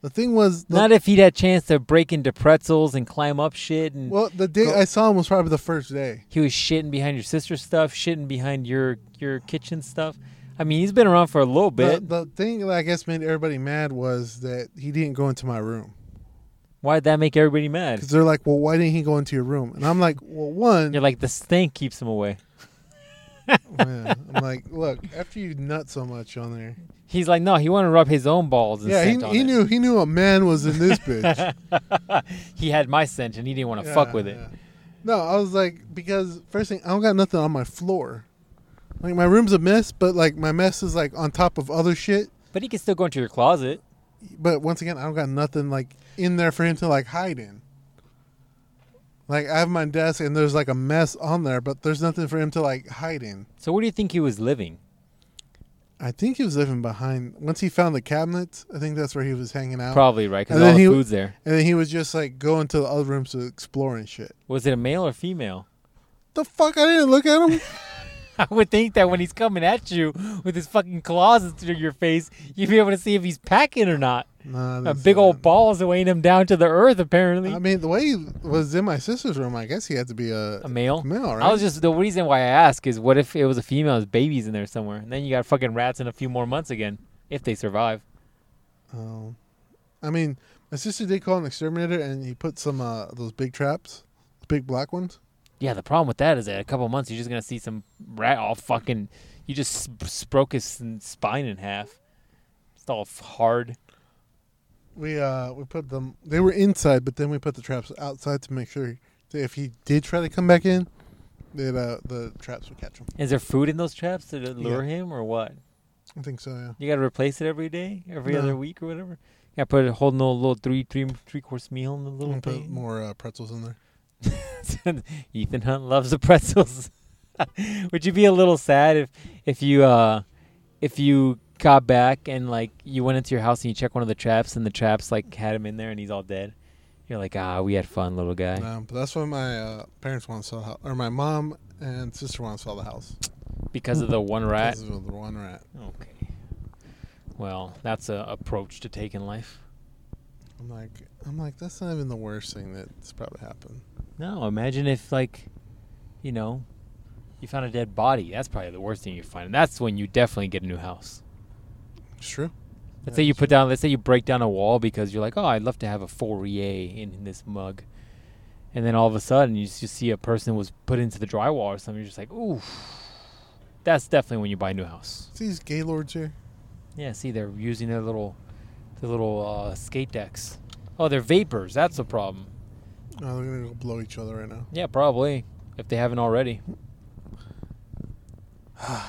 Speaker 2: The thing was, the,
Speaker 1: Not if he'd had chance to break into pretzels and climb up shit and
Speaker 2: well, the day
Speaker 1: Go-
Speaker 2: I saw him was probably the first day.
Speaker 1: he was shitting behind your sister's stuff, shitting behind your your kitchen stuff. I mean, he's been around for a little
Speaker 2: The,
Speaker 1: bit.
Speaker 2: the thing that I guess made everybody mad was that he didn't go into my room
Speaker 1: Why would that make everybody mad?
Speaker 2: because they're like, "Well, why didn't he go into your room?" And I'm like, "Well, one,
Speaker 1: You're like the stink keeps him away.
Speaker 2: yeah. I'm like, look, after you nut so much on there,
Speaker 1: He's like, no, he wanted to rub his own balls. And
Speaker 2: yeah, he,
Speaker 1: scent on
Speaker 2: he
Speaker 1: it."
Speaker 2: knew he knew a man was in this bitch.
Speaker 1: He had my scent and he didn't want to
Speaker 2: Yeah,
Speaker 1: fuck with it.
Speaker 2: yeah. No, I was like, because first thing, I don't got nothing on my floor. Like my room's a mess, but like my mess is like on top of other shit.
Speaker 1: But he could still go into your closet.
Speaker 2: But once again, I don't got nothing like in there for him to like hide in. Like I have my desk and there's like a mess on there, but there's nothing for him to like hide in.
Speaker 1: So where do you think he was living?
Speaker 2: I think he was living behind. Once he found the cabinets, I think that's where he was hanging out.
Speaker 1: Probably right because
Speaker 2: Uh, And
Speaker 1: all
Speaker 2: then
Speaker 1: the
Speaker 2: he-
Speaker 1: food's there.
Speaker 2: and then he was just like going to the other rooms to explore and shit.
Speaker 1: Was it a male or female?
Speaker 2: The fuck! I didn't look at him.
Speaker 1: I would think that when he's coming at you with his fucking claws through your face, you'd be able to see if he's packing or not.
Speaker 2: nah, I didn't
Speaker 1: A
Speaker 2: see
Speaker 1: big
Speaker 2: that.
Speaker 1: old balls weighing him down to the earth, apparently.
Speaker 2: I mean, the way he was in my sister's room, I guess he had to be a,
Speaker 1: a male.
Speaker 2: male, right?
Speaker 1: I was just the reason why I ask is what if it was a female? His baby's in there somewhere, and then you got fucking rats in a few more months again if they survive.
Speaker 2: Um, I mean, my sister did call an exterminator, and he put some uh, those big traps, big black ones.
Speaker 1: Yeah, the problem with that is that in a couple months you're just gonna see some rat all fucking. You just sp- broke his s- spine in half. It's all f- hard.
Speaker 2: We uh we put them. They were inside, but then we put the traps outside to make sure that if he did try to come back in, that uh, the traps would catch him.
Speaker 1: Is there food in those traps to lure him or what?
Speaker 2: I think so. Yeah.
Speaker 1: You gotta replace it every day, every
Speaker 2: No.
Speaker 1: other week or whatever. You gotta put a whole no little three three three course meal in the
Speaker 2: I'm
Speaker 1: little
Speaker 2: gonna put
Speaker 1: thing.
Speaker 2: more uh, pretzels in there.
Speaker 1: Ethan Hunt loves the pretzels. Would you be a little sad if if you uh if you got back and like you went into your house and you checked one of the traps and the traps like had him in there and he's all dead? You're like, ah, we had fun, little guy.
Speaker 2: Um, but that's why my uh, parents want to sell the house, or my mom and sister want to sell the house.
Speaker 1: Because of the one rat.
Speaker 2: Because of the one rat.
Speaker 1: Okay. Well, that's a approach to take in life.
Speaker 2: I'm like, I'm like, that's not even the worst thing that's probably happened.
Speaker 1: No, imagine if like, you know, you found a dead body. That's probably the worst thing you find. That's when you definitely get a new house.
Speaker 2: It's true.
Speaker 1: Let's say you put down. Let's say you break down a wall because you're like, oh, I'd love to have a Fourier in, in this mug, and then all of a sudden you just see a person was put into the drywall or something. You're just like, ooh, that's definitely when you buy a new house.
Speaker 2: See these gaylords here.
Speaker 1: Yeah, see, they're using their little, their little uh, skate decks. Oh, they're vapors. That's the problem.
Speaker 2: Oh, they're gonna go blow each other right now.
Speaker 1: Yeah, probably if they haven't already.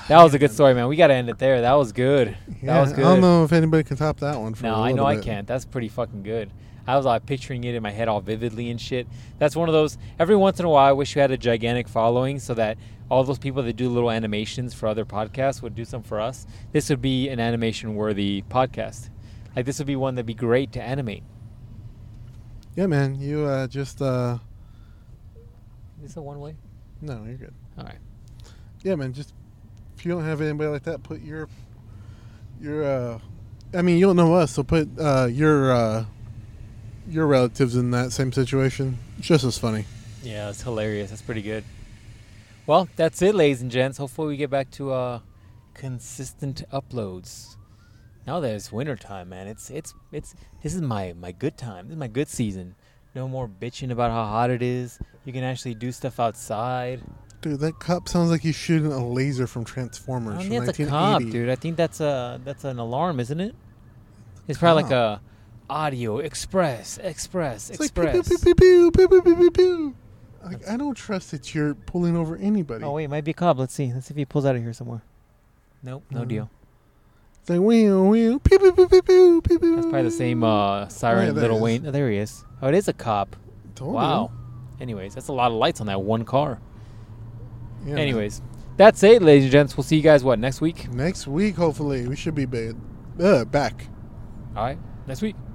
Speaker 1: That was a good story, man. We got to end it there. That was good. that was
Speaker 2: I
Speaker 1: good.
Speaker 2: don't know if anybody can top that one. For
Speaker 1: No,
Speaker 2: I
Speaker 1: I know I can't. That's pretty fucking good. I was like picturing it in my head all vividly and shit. That's one of those. Every once in a while, I wish you had a gigantic following so that all those people that do little animations for other podcasts would do some for us. This would be an animation worthy podcast. Like, this would be one that'd be great to animate.
Speaker 2: Yeah, man. You uh, just uh,
Speaker 1: Is it one way?
Speaker 2: no, you're good.
Speaker 1: All right.
Speaker 2: Yeah, man. Just if you don't have anybody like that, put your your. Uh, I mean, you don't know us, so put uh, your uh, your relatives in that same situation. It's just as funny.
Speaker 1: Yeah, that's hilarious. That's pretty good. Well, that's it, ladies and gents. Hopefully, we get back to uh, consistent uploads. Now that it's winter time, man, it's it's it's this is my my good time. This is my good season. No more bitching about how hot it is. You can actually do stuff outside.
Speaker 2: Dude, that cop sounds like he's shooting a laser from
Speaker 1: I
Speaker 2: Transformers.
Speaker 1: don't
Speaker 2: from
Speaker 1: think that's a cop,
Speaker 2: 1980.
Speaker 1: dude. I think that's a that's an alarm, isn't it? It's probably like a audio express, express,
Speaker 2: It's like pew,
Speaker 1: express.
Speaker 2: pew, pew, pew, pew, pew, pew, pew, pew, pew. Like, I don't trust that you're pulling over anybody.
Speaker 1: Oh wait, it might be a cop. Let's see. Let's see if he pulls out of here somewhere. Nope, no
Speaker 2: No.
Speaker 1: deal.
Speaker 2: It's like wheel, wheel, pew, pew, pew, pew, pew, pew, pew.
Speaker 1: That's probably the same uh, siren
Speaker 2: there
Speaker 1: Little
Speaker 2: is.
Speaker 1: Wayne. Oh, there he is. Oh, it is a cop.
Speaker 2: Told
Speaker 1: wow. Anyways, that's a lot of lights on that one car.
Speaker 2: you. Yeah, man.
Speaker 1: Anyways, that's it, ladies and gents. We'll see you guys what next week.
Speaker 2: next week hopefully we should be ba- uh, back.
Speaker 1: All right, next week.